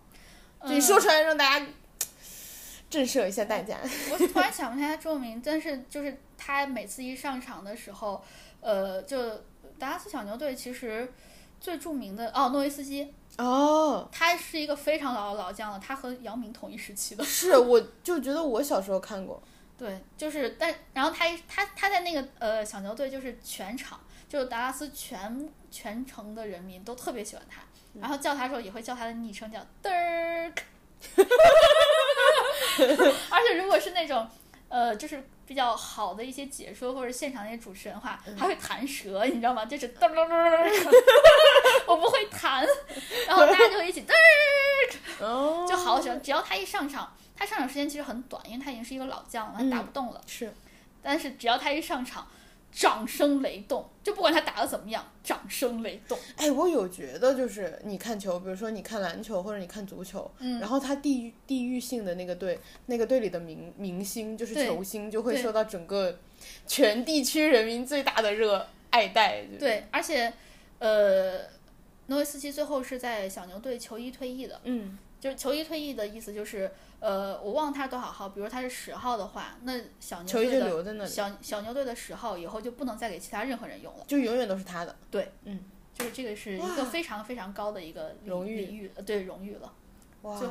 [SPEAKER 2] 就你说
[SPEAKER 1] 嗯
[SPEAKER 2] 出来让大家震慑一下大家。
[SPEAKER 1] 呃我突然想不起来他中文名，但是就是他每次一上场的时候，呃，就达拉斯小牛队其实最著名的哦，诺维斯基，
[SPEAKER 2] 哦，
[SPEAKER 1] 他是一个非常老的老将了，他和姚明同一时期的。
[SPEAKER 2] 是，我就觉得我小时候看过，
[SPEAKER 1] 对，就是但然后他他他在那个呃小牛队就是全场就是达拉斯全全城的人民都特别喜欢他，然后叫他的时候也会叫他的昵称叫嘚儿， 而且如果是那种呃就是比较好的一些解说或者现场那些主持人的话，还会弹舌，你知道吗？就是嘚儿嘚儿，嘚儿我不会弹，然后大家就会一起嘚儿。
[SPEAKER 2] 哦，
[SPEAKER 1] 就好喜欢。只要他一上场，他上场时间其实很短，因为他已经是一个老将了，他
[SPEAKER 2] 嗯
[SPEAKER 1] 打不动了。
[SPEAKER 2] 是，
[SPEAKER 1] 但是只要他一上场，掌声雷动，就不管他打的怎么样，掌声雷动。
[SPEAKER 2] 哎，我有觉得就是你看球，比如说你看篮球或者你看足球，
[SPEAKER 1] 嗯
[SPEAKER 2] 然后他地域地域性的那个队，那个队里的明明星就是
[SPEAKER 1] 对
[SPEAKER 2] 球星，就会
[SPEAKER 1] 对
[SPEAKER 2] 受到整个全地区人民最大的热爱戴。就，
[SPEAKER 1] 对，而且，呃，诺维斯基最后是在小牛队球衣退役的。
[SPEAKER 2] 嗯，
[SPEAKER 1] 就是球衣退役的意思就是，呃，我忘了他是多少号，比如他是十号的话，那小牛
[SPEAKER 2] 球衣
[SPEAKER 1] 队
[SPEAKER 2] 就
[SPEAKER 1] 的
[SPEAKER 2] 留在那里，
[SPEAKER 1] 小小牛队的十号以后就不能再给其他任何人用了。
[SPEAKER 2] 就永远都是他的。
[SPEAKER 1] 就是这个是一个
[SPEAKER 2] 哇
[SPEAKER 1] 非常非常高的一个礼
[SPEAKER 2] 荣誉
[SPEAKER 1] 礼遇，呃对荣誉了。
[SPEAKER 2] 哇，
[SPEAKER 1] 就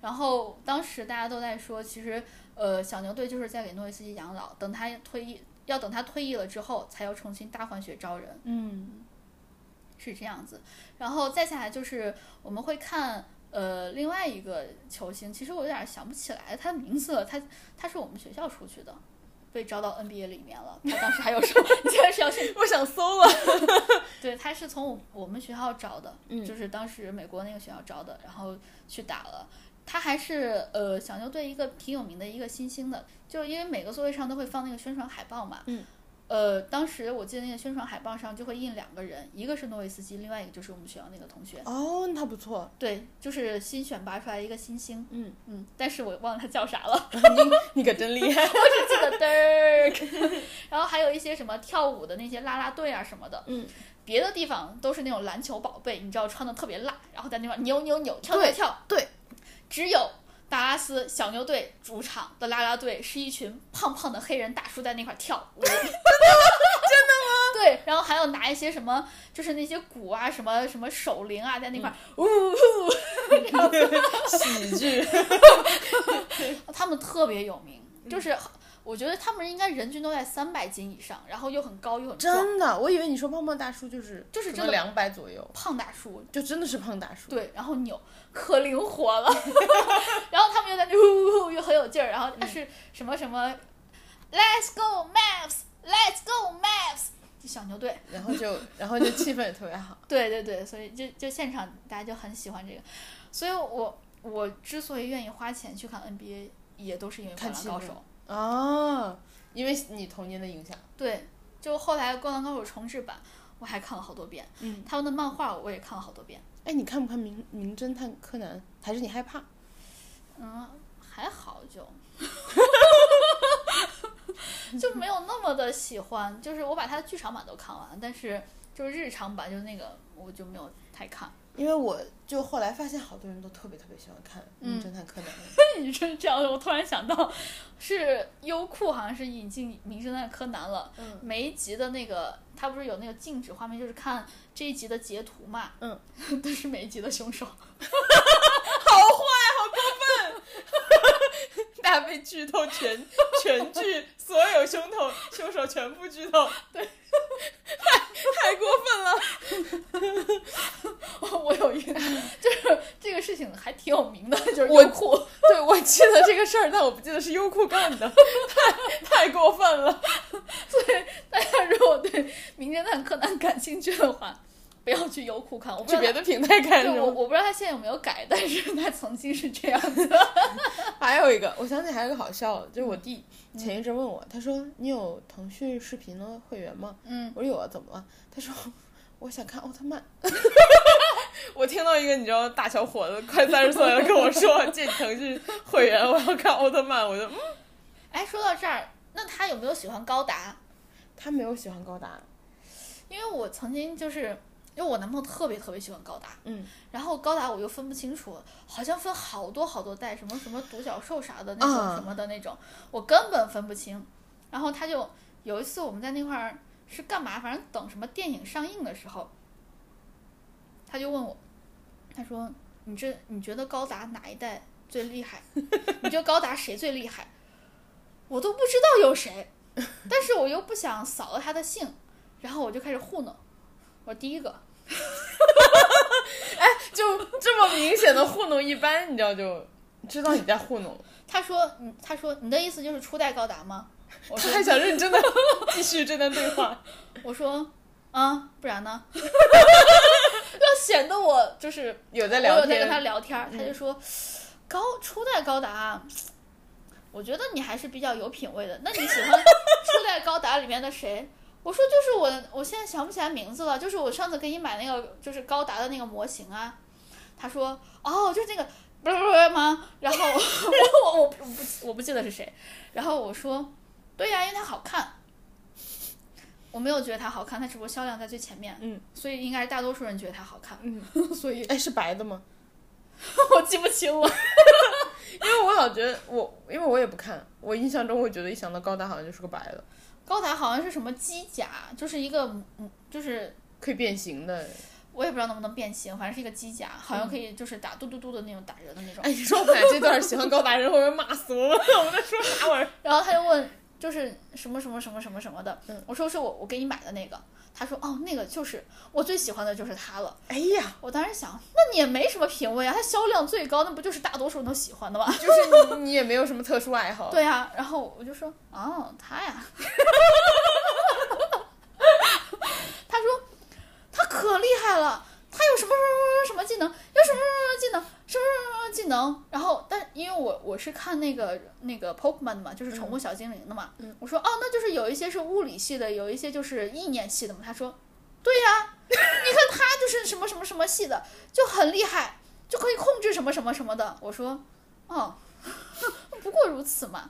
[SPEAKER 1] 然后当时大家都在说，其实呃，小牛队就是在给诺维斯基养老，等他退役，要等他退役了之后，才要重新大换血招人，
[SPEAKER 2] 嗯，
[SPEAKER 1] 是这样子。然后再下来就是我们会看呃另外一个球星，其实我有点想不起来他的名字了，他他是我们学校出去的，被招到 NBA 里面了。他当时还有说， 你竟然是要去
[SPEAKER 2] 我想搜了。
[SPEAKER 1] 对，他是从我我们学校招的，
[SPEAKER 2] 嗯
[SPEAKER 1] 就是当时美国那个学校招的，然后去打了。他还是呃小牛队一个挺有名的一个新星的，就是因为每个座位上都会放那个宣传海报嘛。
[SPEAKER 2] 嗯。
[SPEAKER 1] 呃，当时我记得那个宣传海报上就会印两个人，一个是诺维斯基，另外一个就是我们学校那个同学。
[SPEAKER 2] 哦，那不错。
[SPEAKER 1] 对，就是新选拔出来一个新星。
[SPEAKER 2] 嗯
[SPEAKER 1] 嗯，但是我忘了他叫啥了。
[SPEAKER 2] 你可真厉 害。
[SPEAKER 1] 我只记得嘚儿， 然后还有一些什么跳舞的那些啦啦队啊什么的，
[SPEAKER 2] 嗯，
[SPEAKER 1] 别的地方都是那种篮球宝贝，你知道穿的特别辣，然后在那边扭扭扭跳跳跳，
[SPEAKER 2] 对，
[SPEAKER 1] 只有。达拉斯小牛队主场的啦啦队是一群胖胖的黑人大叔在那块跳舞，真 的吗？ 对，然后还有拿一些什么，就是那些鼓啊，什么什么手铃啊，在那块呜呼，
[SPEAKER 2] 喜剧。嗯
[SPEAKER 1] 他们特别有名，就是我觉得他们应该人均都在三百斤以上，然后又很高又很壮，
[SPEAKER 2] 真的，我以为你说胖胖大叔就是
[SPEAKER 1] 就是真的
[SPEAKER 2] 两百左右，
[SPEAKER 1] 胖大叔，
[SPEAKER 2] 就真的是胖大叔。
[SPEAKER 1] 对，然后扭可灵活了， 然后他们又在那呜呜呜又很有劲儿，然后
[SPEAKER 2] 嗯
[SPEAKER 1] 他是什么什么、l e t s go Maps，Let's go Maps，就小牛队，
[SPEAKER 2] 然后就然后就气氛也特别好。
[SPEAKER 1] 对对对，所以就就现场大家就很喜欢这个，所以我我之所以愿意花钱去看 NBA，也都是因为《灌
[SPEAKER 2] 看
[SPEAKER 1] 篮
[SPEAKER 2] 气
[SPEAKER 1] 高
[SPEAKER 2] 氛
[SPEAKER 1] 手》，
[SPEAKER 2] 哦，因为你童年的影响。
[SPEAKER 1] 对，就后来《灌篮高手》重制版。我还看了好多遍，
[SPEAKER 2] 嗯
[SPEAKER 1] 他们的漫画我也看了好多遍，
[SPEAKER 2] 哎，你看不看名《名侦探柯南》？还是你害怕？
[SPEAKER 1] 嗯，还好就， 就没有那么的喜欢。就是我把它的剧场版都看完，但是就是日常版就那个我就没有太看。
[SPEAKER 2] 因为我就后来发现，好多人都特别特别喜欢看《名
[SPEAKER 1] 嗯
[SPEAKER 2] 侦探柯南》
[SPEAKER 1] 你是这样的，我突然想到，是优酷好像是引进《名侦探柯南》了。
[SPEAKER 2] 嗯
[SPEAKER 1] 每一集的那个，它不是有那个静止画面，就是看这一集的截图嘛。
[SPEAKER 2] 嗯，
[SPEAKER 1] 都是每一集的凶手。
[SPEAKER 2] 大家被剧透全 全剧所有凶头凶手全部剧透，对，太太过分了。
[SPEAKER 1] 我有一个，就是这个事情还挺有名的，就是
[SPEAKER 2] 我
[SPEAKER 1] 优酷。
[SPEAKER 2] 对，我记得这个事儿，但我不记得是优酷干的， 太太过分了。
[SPEAKER 1] 大家如果对《名侦探柯南》感兴趣的话，不要去优酷看，我不知
[SPEAKER 2] 去
[SPEAKER 1] 道
[SPEAKER 2] 别
[SPEAKER 1] 它。
[SPEAKER 2] 的平台看
[SPEAKER 1] 对
[SPEAKER 2] 是
[SPEAKER 1] 我，
[SPEAKER 2] 吗？
[SPEAKER 1] 我不知道他现在有没有改，但是他曾经是这样的。
[SPEAKER 2] 还有一个，我想起还有一个好笑的，就是我弟前一阵问我，他说你有腾讯视频的会员吗？
[SPEAKER 1] 嗯，
[SPEAKER 2] 我说有啊，怎么了？他说 我想看奥特 曼。我听到一个你知道大小伙子快三十岁 了跟我说这腾讯会员我要看奥特曼，我就、嗯、
[SPEAKER 1] 哎，说到这儿，那他有没有喜欢高达？
[SPEAKER 2] 他没有喜欢高达，
[SPEAKER 1] 因为我曾经就是。因为我男朋友特别特别喜欢高达，
[SPEAKER 2] 嗯
[SPEAKER 1] 然后高达我又分不清楚，好像分好多好多代，什么什么独角兽啥的那种、
[SPEAKER 2] 啊
[SPEAKER 1] 什么的那种，我根本分不清。然后他就有一次我们在那块儿是干嘛，反正等什么电影上映的时候，他就问我，他说你这你觉得高达哪一代最厉害？ 你觉得高达谁最厉害？我都不知道有谁，但是我又不想扫了他的兴，然后我就开始糊弄，我说第一个，
[SPEAKER 2] 哎， 就这么明显的糊弄，一般你知道就知道你在糊 弄了，
[SPEAKER 1] 他说嗯，他说你的意思就是初代高达吗？我
[SPEAKER 2] 他
[SPEAKER 1] 说
[SPEAKER 2] 还想认 真的继续这段对话，
[SPEAKER 1] 我说啊，不然呢？ 要显得我就是
[SPEAKER 2] 有在
[SPEAKER 1] 我
[SPEAKER 2] 聊
[SPEAKER 1] 有在
[SPEAKER 2] 天，嗯
[SPEAKER 1] 跟他聊天儿，他就说高初代高达，我觉得你还是比较有品位的。那你喜欢初代高达里面的谁？我说就是我，我现在想不起来名字了，就是我上次给你买那个就是高达的那个模型啊。他说哦，就是那个不是不是吗？然后 我我我不我不记得是谁，然后我说对呀、因为它好看。我没有觉得它好看，它只不过销量在最前面，
[SPEAKER 2] 嗯，
[SPEAKER 1] 所以应该是大多数人觉得它好看，
[SPEAKER 2] 嗯，
[SPEAKER 1] 所以
[SPEAKER 2] 哎，是白的吗？
[SPEAKER 1] 我记不清了。
[SPEAKER 2] 因为我老觉得我，因为我也不看，我印象中会觉得一想到高达好像就是个白的，
[SPEAKER 1] 高达好像是什么机甲，就是一个，嗯，就是
[SPEAKER 2] 可以变形的。
[SPEAKER 1] 我也不知道能不能变形，反正是一个机甲，好像可以就是打嘟嘟嘟的那种打人的那种。
[SPEAKER 2] 哎，你说我们俩这段喜欢高达人会不会骂死我们？ 我们在说啥玩意儿？
[SPEAKER 1] 然后他就问，就是什么什么什么什么什么的
[SPEAKER 2] 嗯，
[SPEAKER 1] 我说是我我给你买的那个，他说哦那个就是我最喜欢的就是它了。
[SPEAKER 2] 哎呀，
[SPEAKER 1] 我当时想，那你也没什么品味啊，它销量最高，那不就是大多数人都喜欢的吗？
[SPEAKER 2] 就是你你也没有什么特殊爱好。
[SPEAKER 1] 对呀、然后我就说，哦，他呀，他说他可厉害了，他有什么什么什么技能，有什么什么技能，什么什么什么技能。然后，但因为我我是看那个那个 Pokemon 的嘛，就是宠物小精灵的嘛，
[SPEAKER 2] 嗯
[SPEAKER 1] 我说哦，那就是有一些是物理系的，有一些就是意念系的嘛。他说，对呀、 你看他就是什么什么什么系的，就很厉害，就可以控制什么什么什么的。我说，哦，不过如此嘛。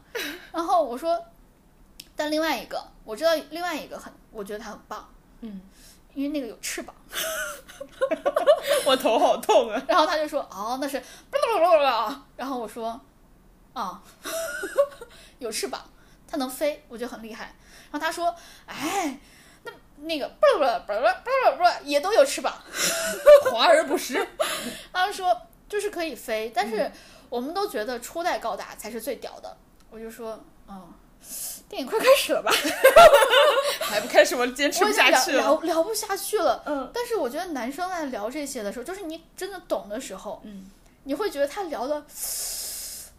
[SPEAKER 1] 然后我说，但另外一个我知道另外一个很，我觉得他很棒，
[SPEAKER 2] 嗯，
[SPEAKER 1] 因为那个有翅膀。
[SPEAKER 2] 我头好痛啊！
[SPEAKER 1] 然后他就说，哦，那是，然后我说，啊、 有翅膀，它能飞，我觉得很厉害。然后他说，哎，那那个， 不不不不不，也都有翅膀。
[SPEAKER 2] 华而不实。
[SPEAKER 1] 他说就是可以飞，但是我们都觉得初代高达才是最屌的。我就说，嗯，电影快开始了吧，
[SPEAKER 2] 还不开始，我 坚持
[SPEAKER 1] 我
[SPEAKER 2] 不
[SPEAKER 1] 已经
[SPEAKER 2] 下
[SPEAKER 1] 聊
[SPEAKER 2] 去
[SPEAKER 1] 聊
[SPEAKER 2] 了。
[SPEAKER 1] 聊不下去了。
[SPEAKER 2] 嗯
[SPEAKER 1] 但是我觉得男生在聊这些的时候，就是你真的懂的时候，
[SPEAKER 2] 嗯，
[SPEAKER 1] 你会觉得 他聊的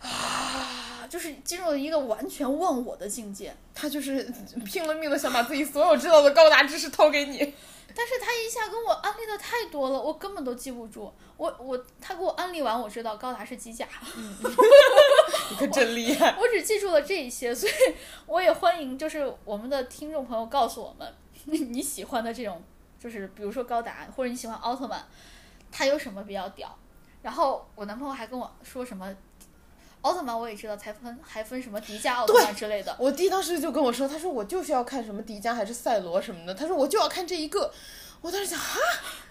[SPEAKER 1] 啊，就是进入了一个完全忘我的境界。
[SPEAKER 2] 他就是拼了命的想把自己所有知道的高达知识掏给你。
[SPEAKER 1] 但是他一下跟我安利的太多了，我根本都记不住。我我他给我安利完，我知道高达是机甲，
[SPEAKER 2] 你可真厉 害！
[SPEAKER 1] 我只记住了这一些，所以我也欢迎就是我们的听众朋友告诉我们你喜欢的这种，就是比如说高达或者你喜欢奥特曼，它有什么比较屌？然后我男朋友还跟我说什么。奥特曼我也知道，才分还分什么迪迦奥特曼之类的，
[SPEAKER 2] 我弟当时就跟我说，他说我就是要看什么迪迦还是赛罗什么的，他说我就要看这一个。我当时想， 哈，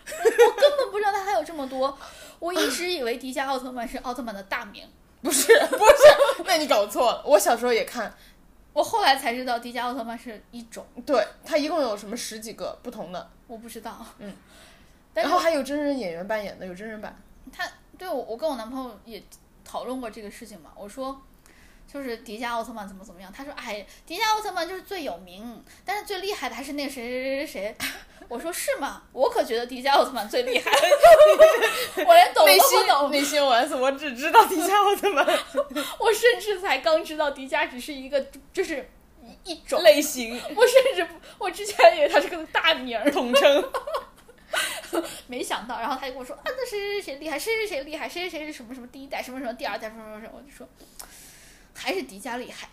[SPEAKER 1] 我根本不知道它还有这么多。我一直以为迪迦奥特曼是奥特曼的大名，
[SPEAKER 2] 不是不是，那你搞错了。我小时候也看，
[SPEAKER 1] 我后来才知道迪迦奥特曼是一种，
[SPEAKER 2] 对，它一共有什么十几个不同的，
[SPEAKER 1] 我不知道。
[SPEAKER 2] 嗯，
[SPEAKER 1] 但
[SPEAKER 2] 然
[SPEAKER 1] 是
[SPEAKER 2] 后还有真人演员扮演的，有真人版。
[SPEAKER 1] 他对我，我跟我男朋友也讨论过这个事情嘛。我说，就是迪迦奥特曼怎么怎么样，他说，哎，迪迦奥特曼就是最有名，但是最厉害的还是那个谁谁谁谁 谁。我说是吗？我可觉得迪迦奥特曼最厉害， 我连懂
[SPEAKER 2] 内
[SPEAKER 1] 都
[SPEAKER 2] 心
[SPEAKER 1] 不懂，
[SPEAKER 2] 内心 OS，我只知道迪迦奥特 曼
[SPEAKER 1] 我甚至才刚知道迪迦只是一个，就是一一种。
[SPEAKER 2] 类型
[SPEAKER 1] 我甚至不我之前以为他是个大名儿，
[SPEAKER 2] 统称。
[SPEAKER 1] 没想到，然后他就跟我说啊，那谁谁谁厉害，谁谁谁厉害，谁谁谁是什么什么第一代，什么什么第二代，什么什么什么，我就说还是迪迦厉害。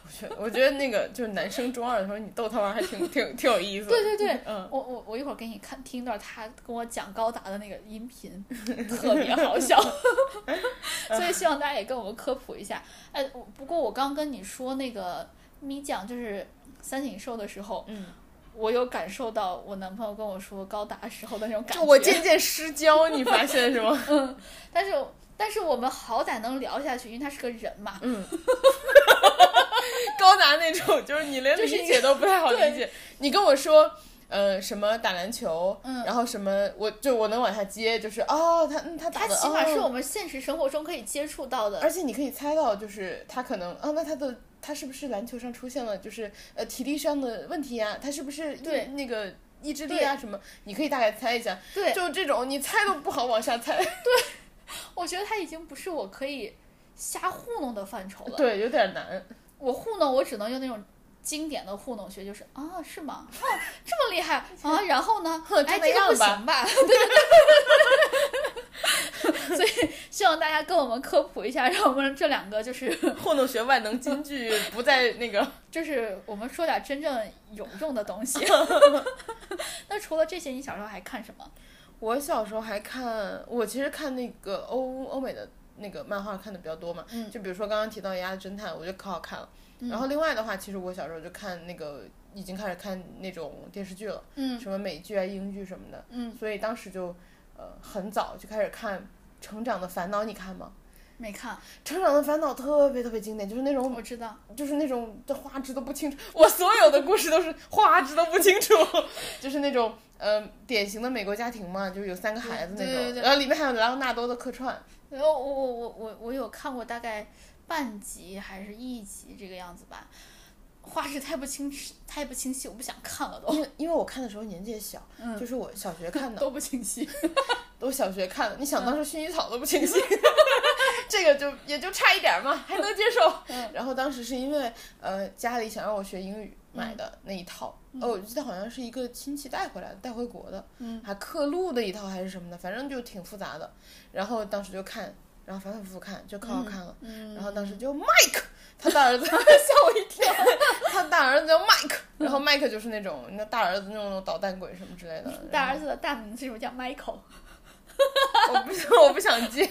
[SPEAKER 2] 我觉得我觉得那个就是男生中二的时候，你逗他玩儿还挺挺挺有意思的。
[SPEAKER 1] 对对对，
[SPEAKER 2] 嗯，
[SPEAKER 1] 我我我一会儿给你看听一段他跟我讲高达的那个音频，特别好笑， 所以希望大家也跟我们科普一下。哎，我不过我刚跟你说那个咪酱就是三井寿的时候，
[SPEAKER 2] 嗯，
[SPEAKER 1] 我有感受到我男朋友跟我说高达时候的那种感
[SPEAKER 2] 就
[SPEAKER 1] 觉。
[SPEAKER 2] 我渐渐失焦，你发现是吗？
[SPEAKER 1] 但是但是我们好歹能聊下去，因为他是个人嘛。
[SPEAKER 2] 嗯。高达那种，就是你连
[SPEAKER 1] 就是
[SPEAKER 2] 理解都不太好理
[SPEAKER 1] 对
[SPEAKER 2] 解。你跟我说，呃什么打篮球，
[SPEAKER 1] 嗯
[SPEAKER 2] 然后什么我就我能往下接，就是哦他嗯他打
[SPEAKER 1] 它
[SPEAKER 2] 的
[SPEAKER 1] 起码是
[SPEAKER 2] 哦
[SPEAKER 1] 我们现实生活中可以接触到的。
[SPEAKER 2] 而且你可以猜到，就是他可能啊，那他的他是不是篮球上出现了就是呃体力上的问题啊？他是不是意
[SPEAKER 1] 对
[SPEAKER 2] 那个意志力啊什么？你可以大概猜一下。
[SPEAKER 1] 对，
[SPEAKER 2] 就这种你猜都不好往下猜，
[SPEAKER 1] 我觉得它已经不是我可以瞎糊弄的范畴了。
[SPEAKER 2] 对，有点难。
[SPEAKER 1] 我糊弄，我只能用那种经典的糊弄学，就是啊，是吗？哦，这么厉 害啊！然后呢？
[SPEAKER 2] 哼
[SPEAKER 1] 哎，这
[SPEAKER 2] 就那
[SPEAKER 1] 个不
[SPEAKER 2] 样吧
[SPEAKER 1] 行吧？对对 对。 所以希望大家跟我们科普一下，让我们这两个就是
[SPEAKER 2] 糊弄学万能金句不在那个，
[SPEAKER 1] 就是我们说点真正有用的东 西。 那除了这些，你小时候还看什么？
[SPEAKER 2] 我小时候还看，我其实看那个欧欧美的那个漫画看的比较多嘛，
[SPEAKER 1] 嗯
[SPEAKER 2] 就比如说刚刚提到《鸭侦探》，我觉得可好看了。然后另外的话，其实我小时候就看那个已经开始看那种电视剧了，
[SPEAKER 1] 嗯
[SPEAKER 2] 什么美剧啊、英剧什么的，
[SPEAKER 1] 嗯，
[SPEAKER 2] 所以当时就呃很早就开始看《成长的烦恼》，你看吗？
[SPEAKER 1] 没看，
[SPEAKER 2] 《成长的烦恼》特别特别经典，就是那种
[SPEAKER 1] 我知道。
[SPEAKER 2] 就是那种这花枝都不清楚，我所有的故事都是花枝都不清楚， 就是那种呃典型的美国家庭嘛，就是有三个孩子那种，
[SPEAKER 1] 对对对
[SPEAKER 2] 然后里面还有莱昂纳多的客串，
[SPEAKER 1] 然后我我我我我有看过大概半集还是一集这个样子吧，画质太不清太不清晰，我不想看了都，
[SPEAKER 2] 因为因为我看的时候年纪也小，
[SPEAKER 1] 哦嗯
[SPEAKER 2] 就是我 小学看的，
[SPEAKER 1] 都不清 晰。
[SPEAKER 2] 我小学看的，你
[SPEAKER 1] 嗯
[SPEAKER 2] 想当时薰衣草都不清晰， 这个就也就差一点嘛，还能接受。
[SPEAKER 1] 嗯
[SPEAKER 2] 然后当时是因为呃家里想让我学英语
[SPEAKER 1] 嗯
[SPEAKER 2] 买的那一套，哦我记得好像是一个亲戚带回来的，带回国的，
[SPEAKER 1] 嗯
[SPEAKER 2] 还刻录的一套还是什么的，反正就挺复杂的。然后当时就看，然后反反复复看，就可好看了。
[SPEAKER 1] 嗯
[SPEAKER 2] 然后当时就 Mike，他大儿 子吓我一跳，他大儿子叫 Mike，然后 Mike 就是那种那大儿子那种捣蛋鬼什么 之类的。
[SPEAKER 1] 大
[SPEAKER 2] 然
[SPEAKER 1] 儿子的大名字是不是叫 Michael？
[SPEAKER 2] 后 我不我不想接，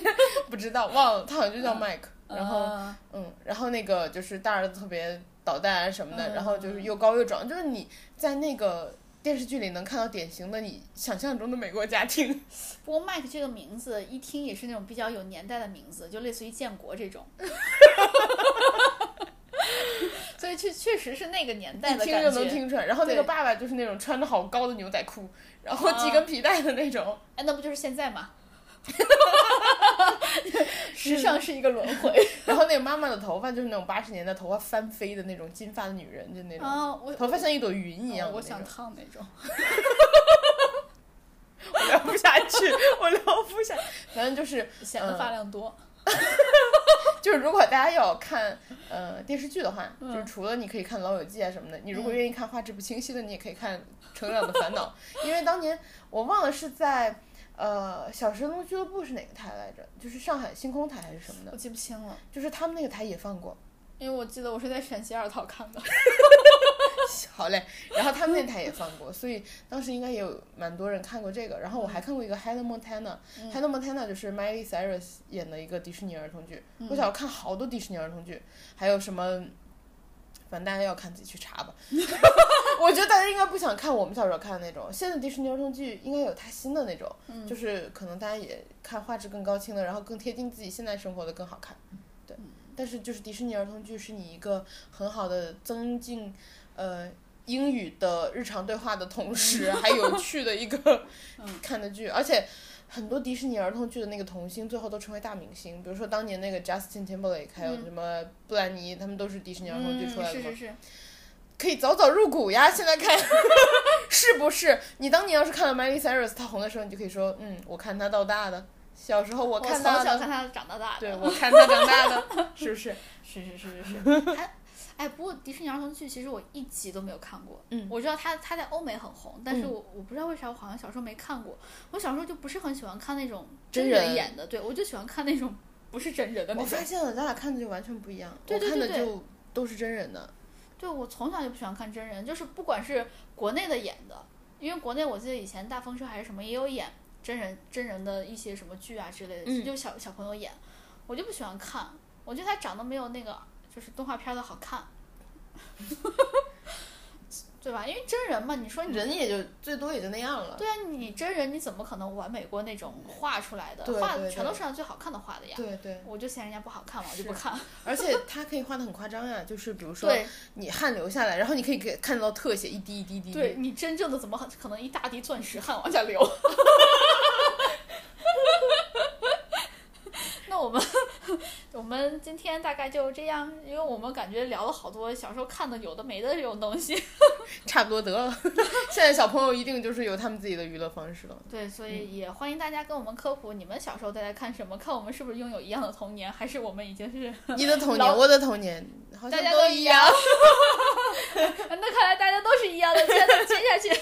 [SPEAKER 2] 不知道忘了，他好像就叫
[SPEAKER 1] 嗯
[SPEAKER 2] Mike。然后
[SPEAKER 1] 嗯
[SPEAKER 2] 嗯，然后那个就是大儿子特别捣蛋啊什么的，
[SPEAKER 1] 嗯
[SPEAKER 2] 然后就是又高又壮，就是你在那个。电视剧里能看到典型的你想象中的美国家庭，
[SPEAKER 1] 不过 Mike 这个名字一听也是那种比较有年代的名字，就类似于建国这 种。所以确确实是那个年代
[SPEAKER 2] 一
[SPEAKER 1] 的
[SPEAKER 2] 听
[SPEAKER 1] 感
[SPEAKER 2] 就能
[SPEAKER 1] 觉，
[SPEAKER 2] 听出来。然后那个
[SPEAKER 1] 对
[SPEAKER 2] 爸爸就是那种穿着好高的牛仔裤，然后
[SPEAKER 1] 啊
[SPEAKER 2] 系根皮带的那种。
[SPEAKER 1] 哎，那不就是现在 吗？时尚是一个轮回。
[SPEAKER 2] 然后那个妈妈的头发就是那种八十年代头发翻飞的那种金发的女人，就那种、
[SPEAKER 1] 啊，我
[SPEAKER 2] 头发像一朵云一
[SPEAKER 1] 嗯
[SPEAKER 2] 样的
[SPEAKER 1] 我
[SPEAKER 2] 那种。
[SPEAKER 1] 想烫那种。
[SPEAKER 2] 我聊不下去， 我聊不下。反正就是
[SPEAKER 1] 显得
[SPEAKER 2] 嗯
[SPEAKER 1] 发量多。
[SPEAKER 2] 就是，如果大家要看呃电视剧的话，
[SPEAKER 1] 嗯
[SPEAKER 2] 就是除了你可以看《老友记》啊什么的，你如果
[SPEAKER 1] 嗯
[SPEAKER 2] 愿意看画质不清晰的，你也可以看《成长的烦恼》，因为当年我忘了是在呃《小神龙俱乐部》是哪个台来着，就是上海星空台还是什么的
[SPEAKER 1] 我，记不清了，
[SPEAKER 2] 就是他们那个台也放过。
[SPEAKER 1] 因为我记得我是在陕西二套看的。
[SPEAKER 2] 好嘞，然后他们那台也放过，所以当时应该也有蛮多人看过这个。然后我还看过一个 Hannah Montana，Hannah、
[SPEAKER 1] 嗯
[SPEAKER 2] Montana 就是 Miley Cyrus 演的一个迪士尼儿童剧。
[SPEAKER 1] 嗯
[SPEAKER 2] 我小时候看好多迪士尼儿童剧，还有什么，反正大家要看自己去查吧。 我觉得大家应该不想看我们小时候看的那种，现在迪士尼儿童剧应该有它新的那种，
[SPEAKER 1] 嗯
[SPEAKER 2] 就是可能大家也看画质更高清的，然后更贴近自己现在生活的更好看。对，但是就是迪士尼儿童剧是你一个很好的增进，呃。英语的日常对话的同时，还有趣的一 个
[SPEAKER 1] 嗯
[SPEAKER 2] 看的剧，而且很多迪士尼儿童剧的那个童星最后都成为大明星，比如说当年那个 Justin Timberlake，还有
[SPEAKER 1] 嗯
[SPEAKER 2] 什么布兰妮，他们都是迪士尼儿童剧出来的
[SPEAKER 1] 是
[SPEAKER 2] 嘛，
[SPEAKER 1] 是是，
[SPEAKER 2] 可以早早入股呀。现在看 是不是？你当年要是看了 Miley Cyrus 她红的时候，你就可以说，嗯，我看她到大的，小时候我
[SPEAKER 1] 我
[SPEAKER 2] 看
[SPEAKER 1] 从
[SPEAKER 2] 她
[SPEAKER 1] 小
[SPEAKER 2] 的，
[SPEAKER 1] 看他长到大的。
[SPEAKER 2] 对我看她长大 的，是不是？
[SPEAKER 1] 是是是 是是。还哎，不过迪士尼儿童剧其实我一集都没有看过。
[SPEAKER 2] 嗯
[SPEAKER 1] 我知道他他在欧美很红，但是
[SPEAKER 2] 嗯
[SPEAKER 1] 我、我不知道为啥我好像小时候没看过。我小时候就不是很喜欢看那种
[SPEAKER 2] 真
[SPEAKER 1] 人
[SPEAKER 2] 人
[SPEAKER 1] 演的，对我就喜欢看那种不是真人的那
[SPEAKER 2] 我
[SPEAKER 1] 种
[SPEAKER 2] 发。现了，咱俩看的就完全不一样，
[SPEAKER 1] 对对
[SPEAKER 2] 我
[SPEAKER 1] 对
[SPEAKER 2] 看的
[SPEAKER 1] 对
[SPEAKER 2] 就都是真人的。
[SPEAKER 1] 对我从小就不喜欢看真人，就是不管是国内的演的，因为国内我记得以前大风车还是什么也有演真人真人的一些什么剧啊之类的，
[SPEAKER 2] 嗯
[SPEAKER 1] 就小小朋友演，我就不喜欢看，我觉得他长得没有那个就是动画片儿的好看。 对吧？因为真人嘛，你说你
[SPEAKER 2] 人也就最多也就那样了。
[SPEAKER 1] 对啊，你真人你怎么可能完美过那种画出来的
[SPEAKER 2] 对
[SPEAKER 1] 画
[SPEAKER 2] 对，
[SPEAKER 1] 全都是按最好看的画的呀？
[SPEAKER 2] 对对，
[SPEAKER 1] 我就嫌人家不好看嘛，我就是不看。
[SPEAKER 2] 而且它可以画的很夸张呀、就是比如说
[SPEAKER 1] 对
[SPEAKER 2] 你汗流下来，然后你可以给看到特写一滴一滴一滴。
[SPEAKER 1] 对，，你真正的怎么可能一大滴钻石汗往下流？ 那我们我们今天大概就这样，因为我们感觉聊了好多小时候看的有的没的这种东西。
[SPEAKER 2] 差不多得了。 现在小朋友一定就是有他们自己的娱乐方 式了。
[SPEAKER 1] 对，所以也欢迎大家跟我们科普你们小时候都在看什么，看我们是不是拥有一样的童年，还是我们已经是
[SPEAKER 2] 你的童
[SPEAKER 1] 老
[SPEAKER 2] 年，我的童年，好
[SPEAKER 1] 大
[SPEAKER 2] 像
[SPEAKER 1] 家
[SPEAKER 2] 都
[SPEAKER 1] 一
[SPEAKER 2] 一
[SPEAKER 1] 样
[SPEAKER 2] 样。。
[SPEAKER 1] 那看来大家都是一样的，接着接下去。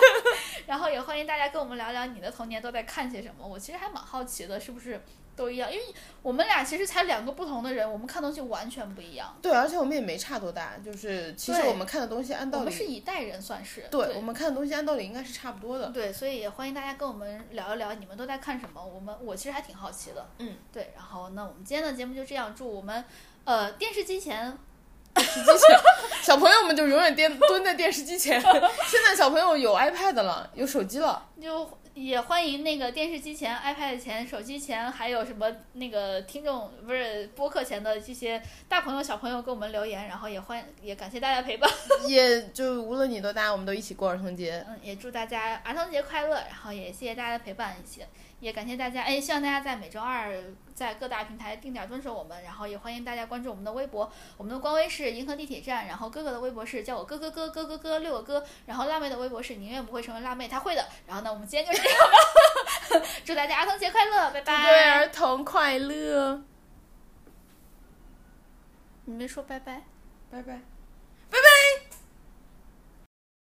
[SPEAKER 1] 然后也欢迎大家跟我们聊聊你的童年都在看些什么。我其实还蛮好奇的，是不是都一样？因为我们俩其实才两个不同的人，我们看东西完全不一样。
[SPEAKER 2] 对，而且我们也没差多大，就是其实
[SPEAKER 1] 对
[SPEAKER 2] 我们看的东西按
[SPEAKER 1] 我
[SPEAKER 2] 嗯道
[SPEAKER 1] 们
[SPEAKER 2] 理，
[SPEAKER 1] 是一代人，算是
[SPEAKER 2] 对我们看的东西按道理应该是差不多的。
[SPEAKER 1] 对，所以也欢迎大家跟我们聊一聊你们都在看什么。我们我其实还挺好奇的。
[SPEAKER 2] 嗯，
[SPEAKER 1] 对。然后那我们今天的节目就这样，祝我们呃电视机前
[SPEAKER 2] 实际上，小朋友们就永远颠蹲在电视机 前。现在小朋友有 iPad 了，有手机了，
[SPEAKER 1] 就也欢迎那个电视机前、iPad 前、手机前，还有什么那个听众不是播客前的这些大朋友、小朋友给我们留言，然后也欢也感谢大家陪伴，
[SPEAKER 2] 也就无论你多大，我们都一起过儿童节。
[SPEAKER 1] 嗯，也祝大家儿童节快乐，然后也谢谢大家的陪伴，也也感谢大家，哎，希望大家在每周二在各大平台定点蹲守我们，然后也欢迎大家关注我们的微博，我们的官微是银河地铁站，然后哥哥的微博是叫我哥哥哥哥哥哥六个哥，然后辣妹的微博是你永远不会成为辣妹，她会的。然后呢，我们今天就是这样吧， 祝大家儿童节快乐，拜
[SPEAKER 2] 祝各位
[SPEAKER 1] 拜。
[SPEAKER 2] 儿童快乐，
[SPEAKER 1] 你没说拜拜。
[SPEAKER 2] 拜拜。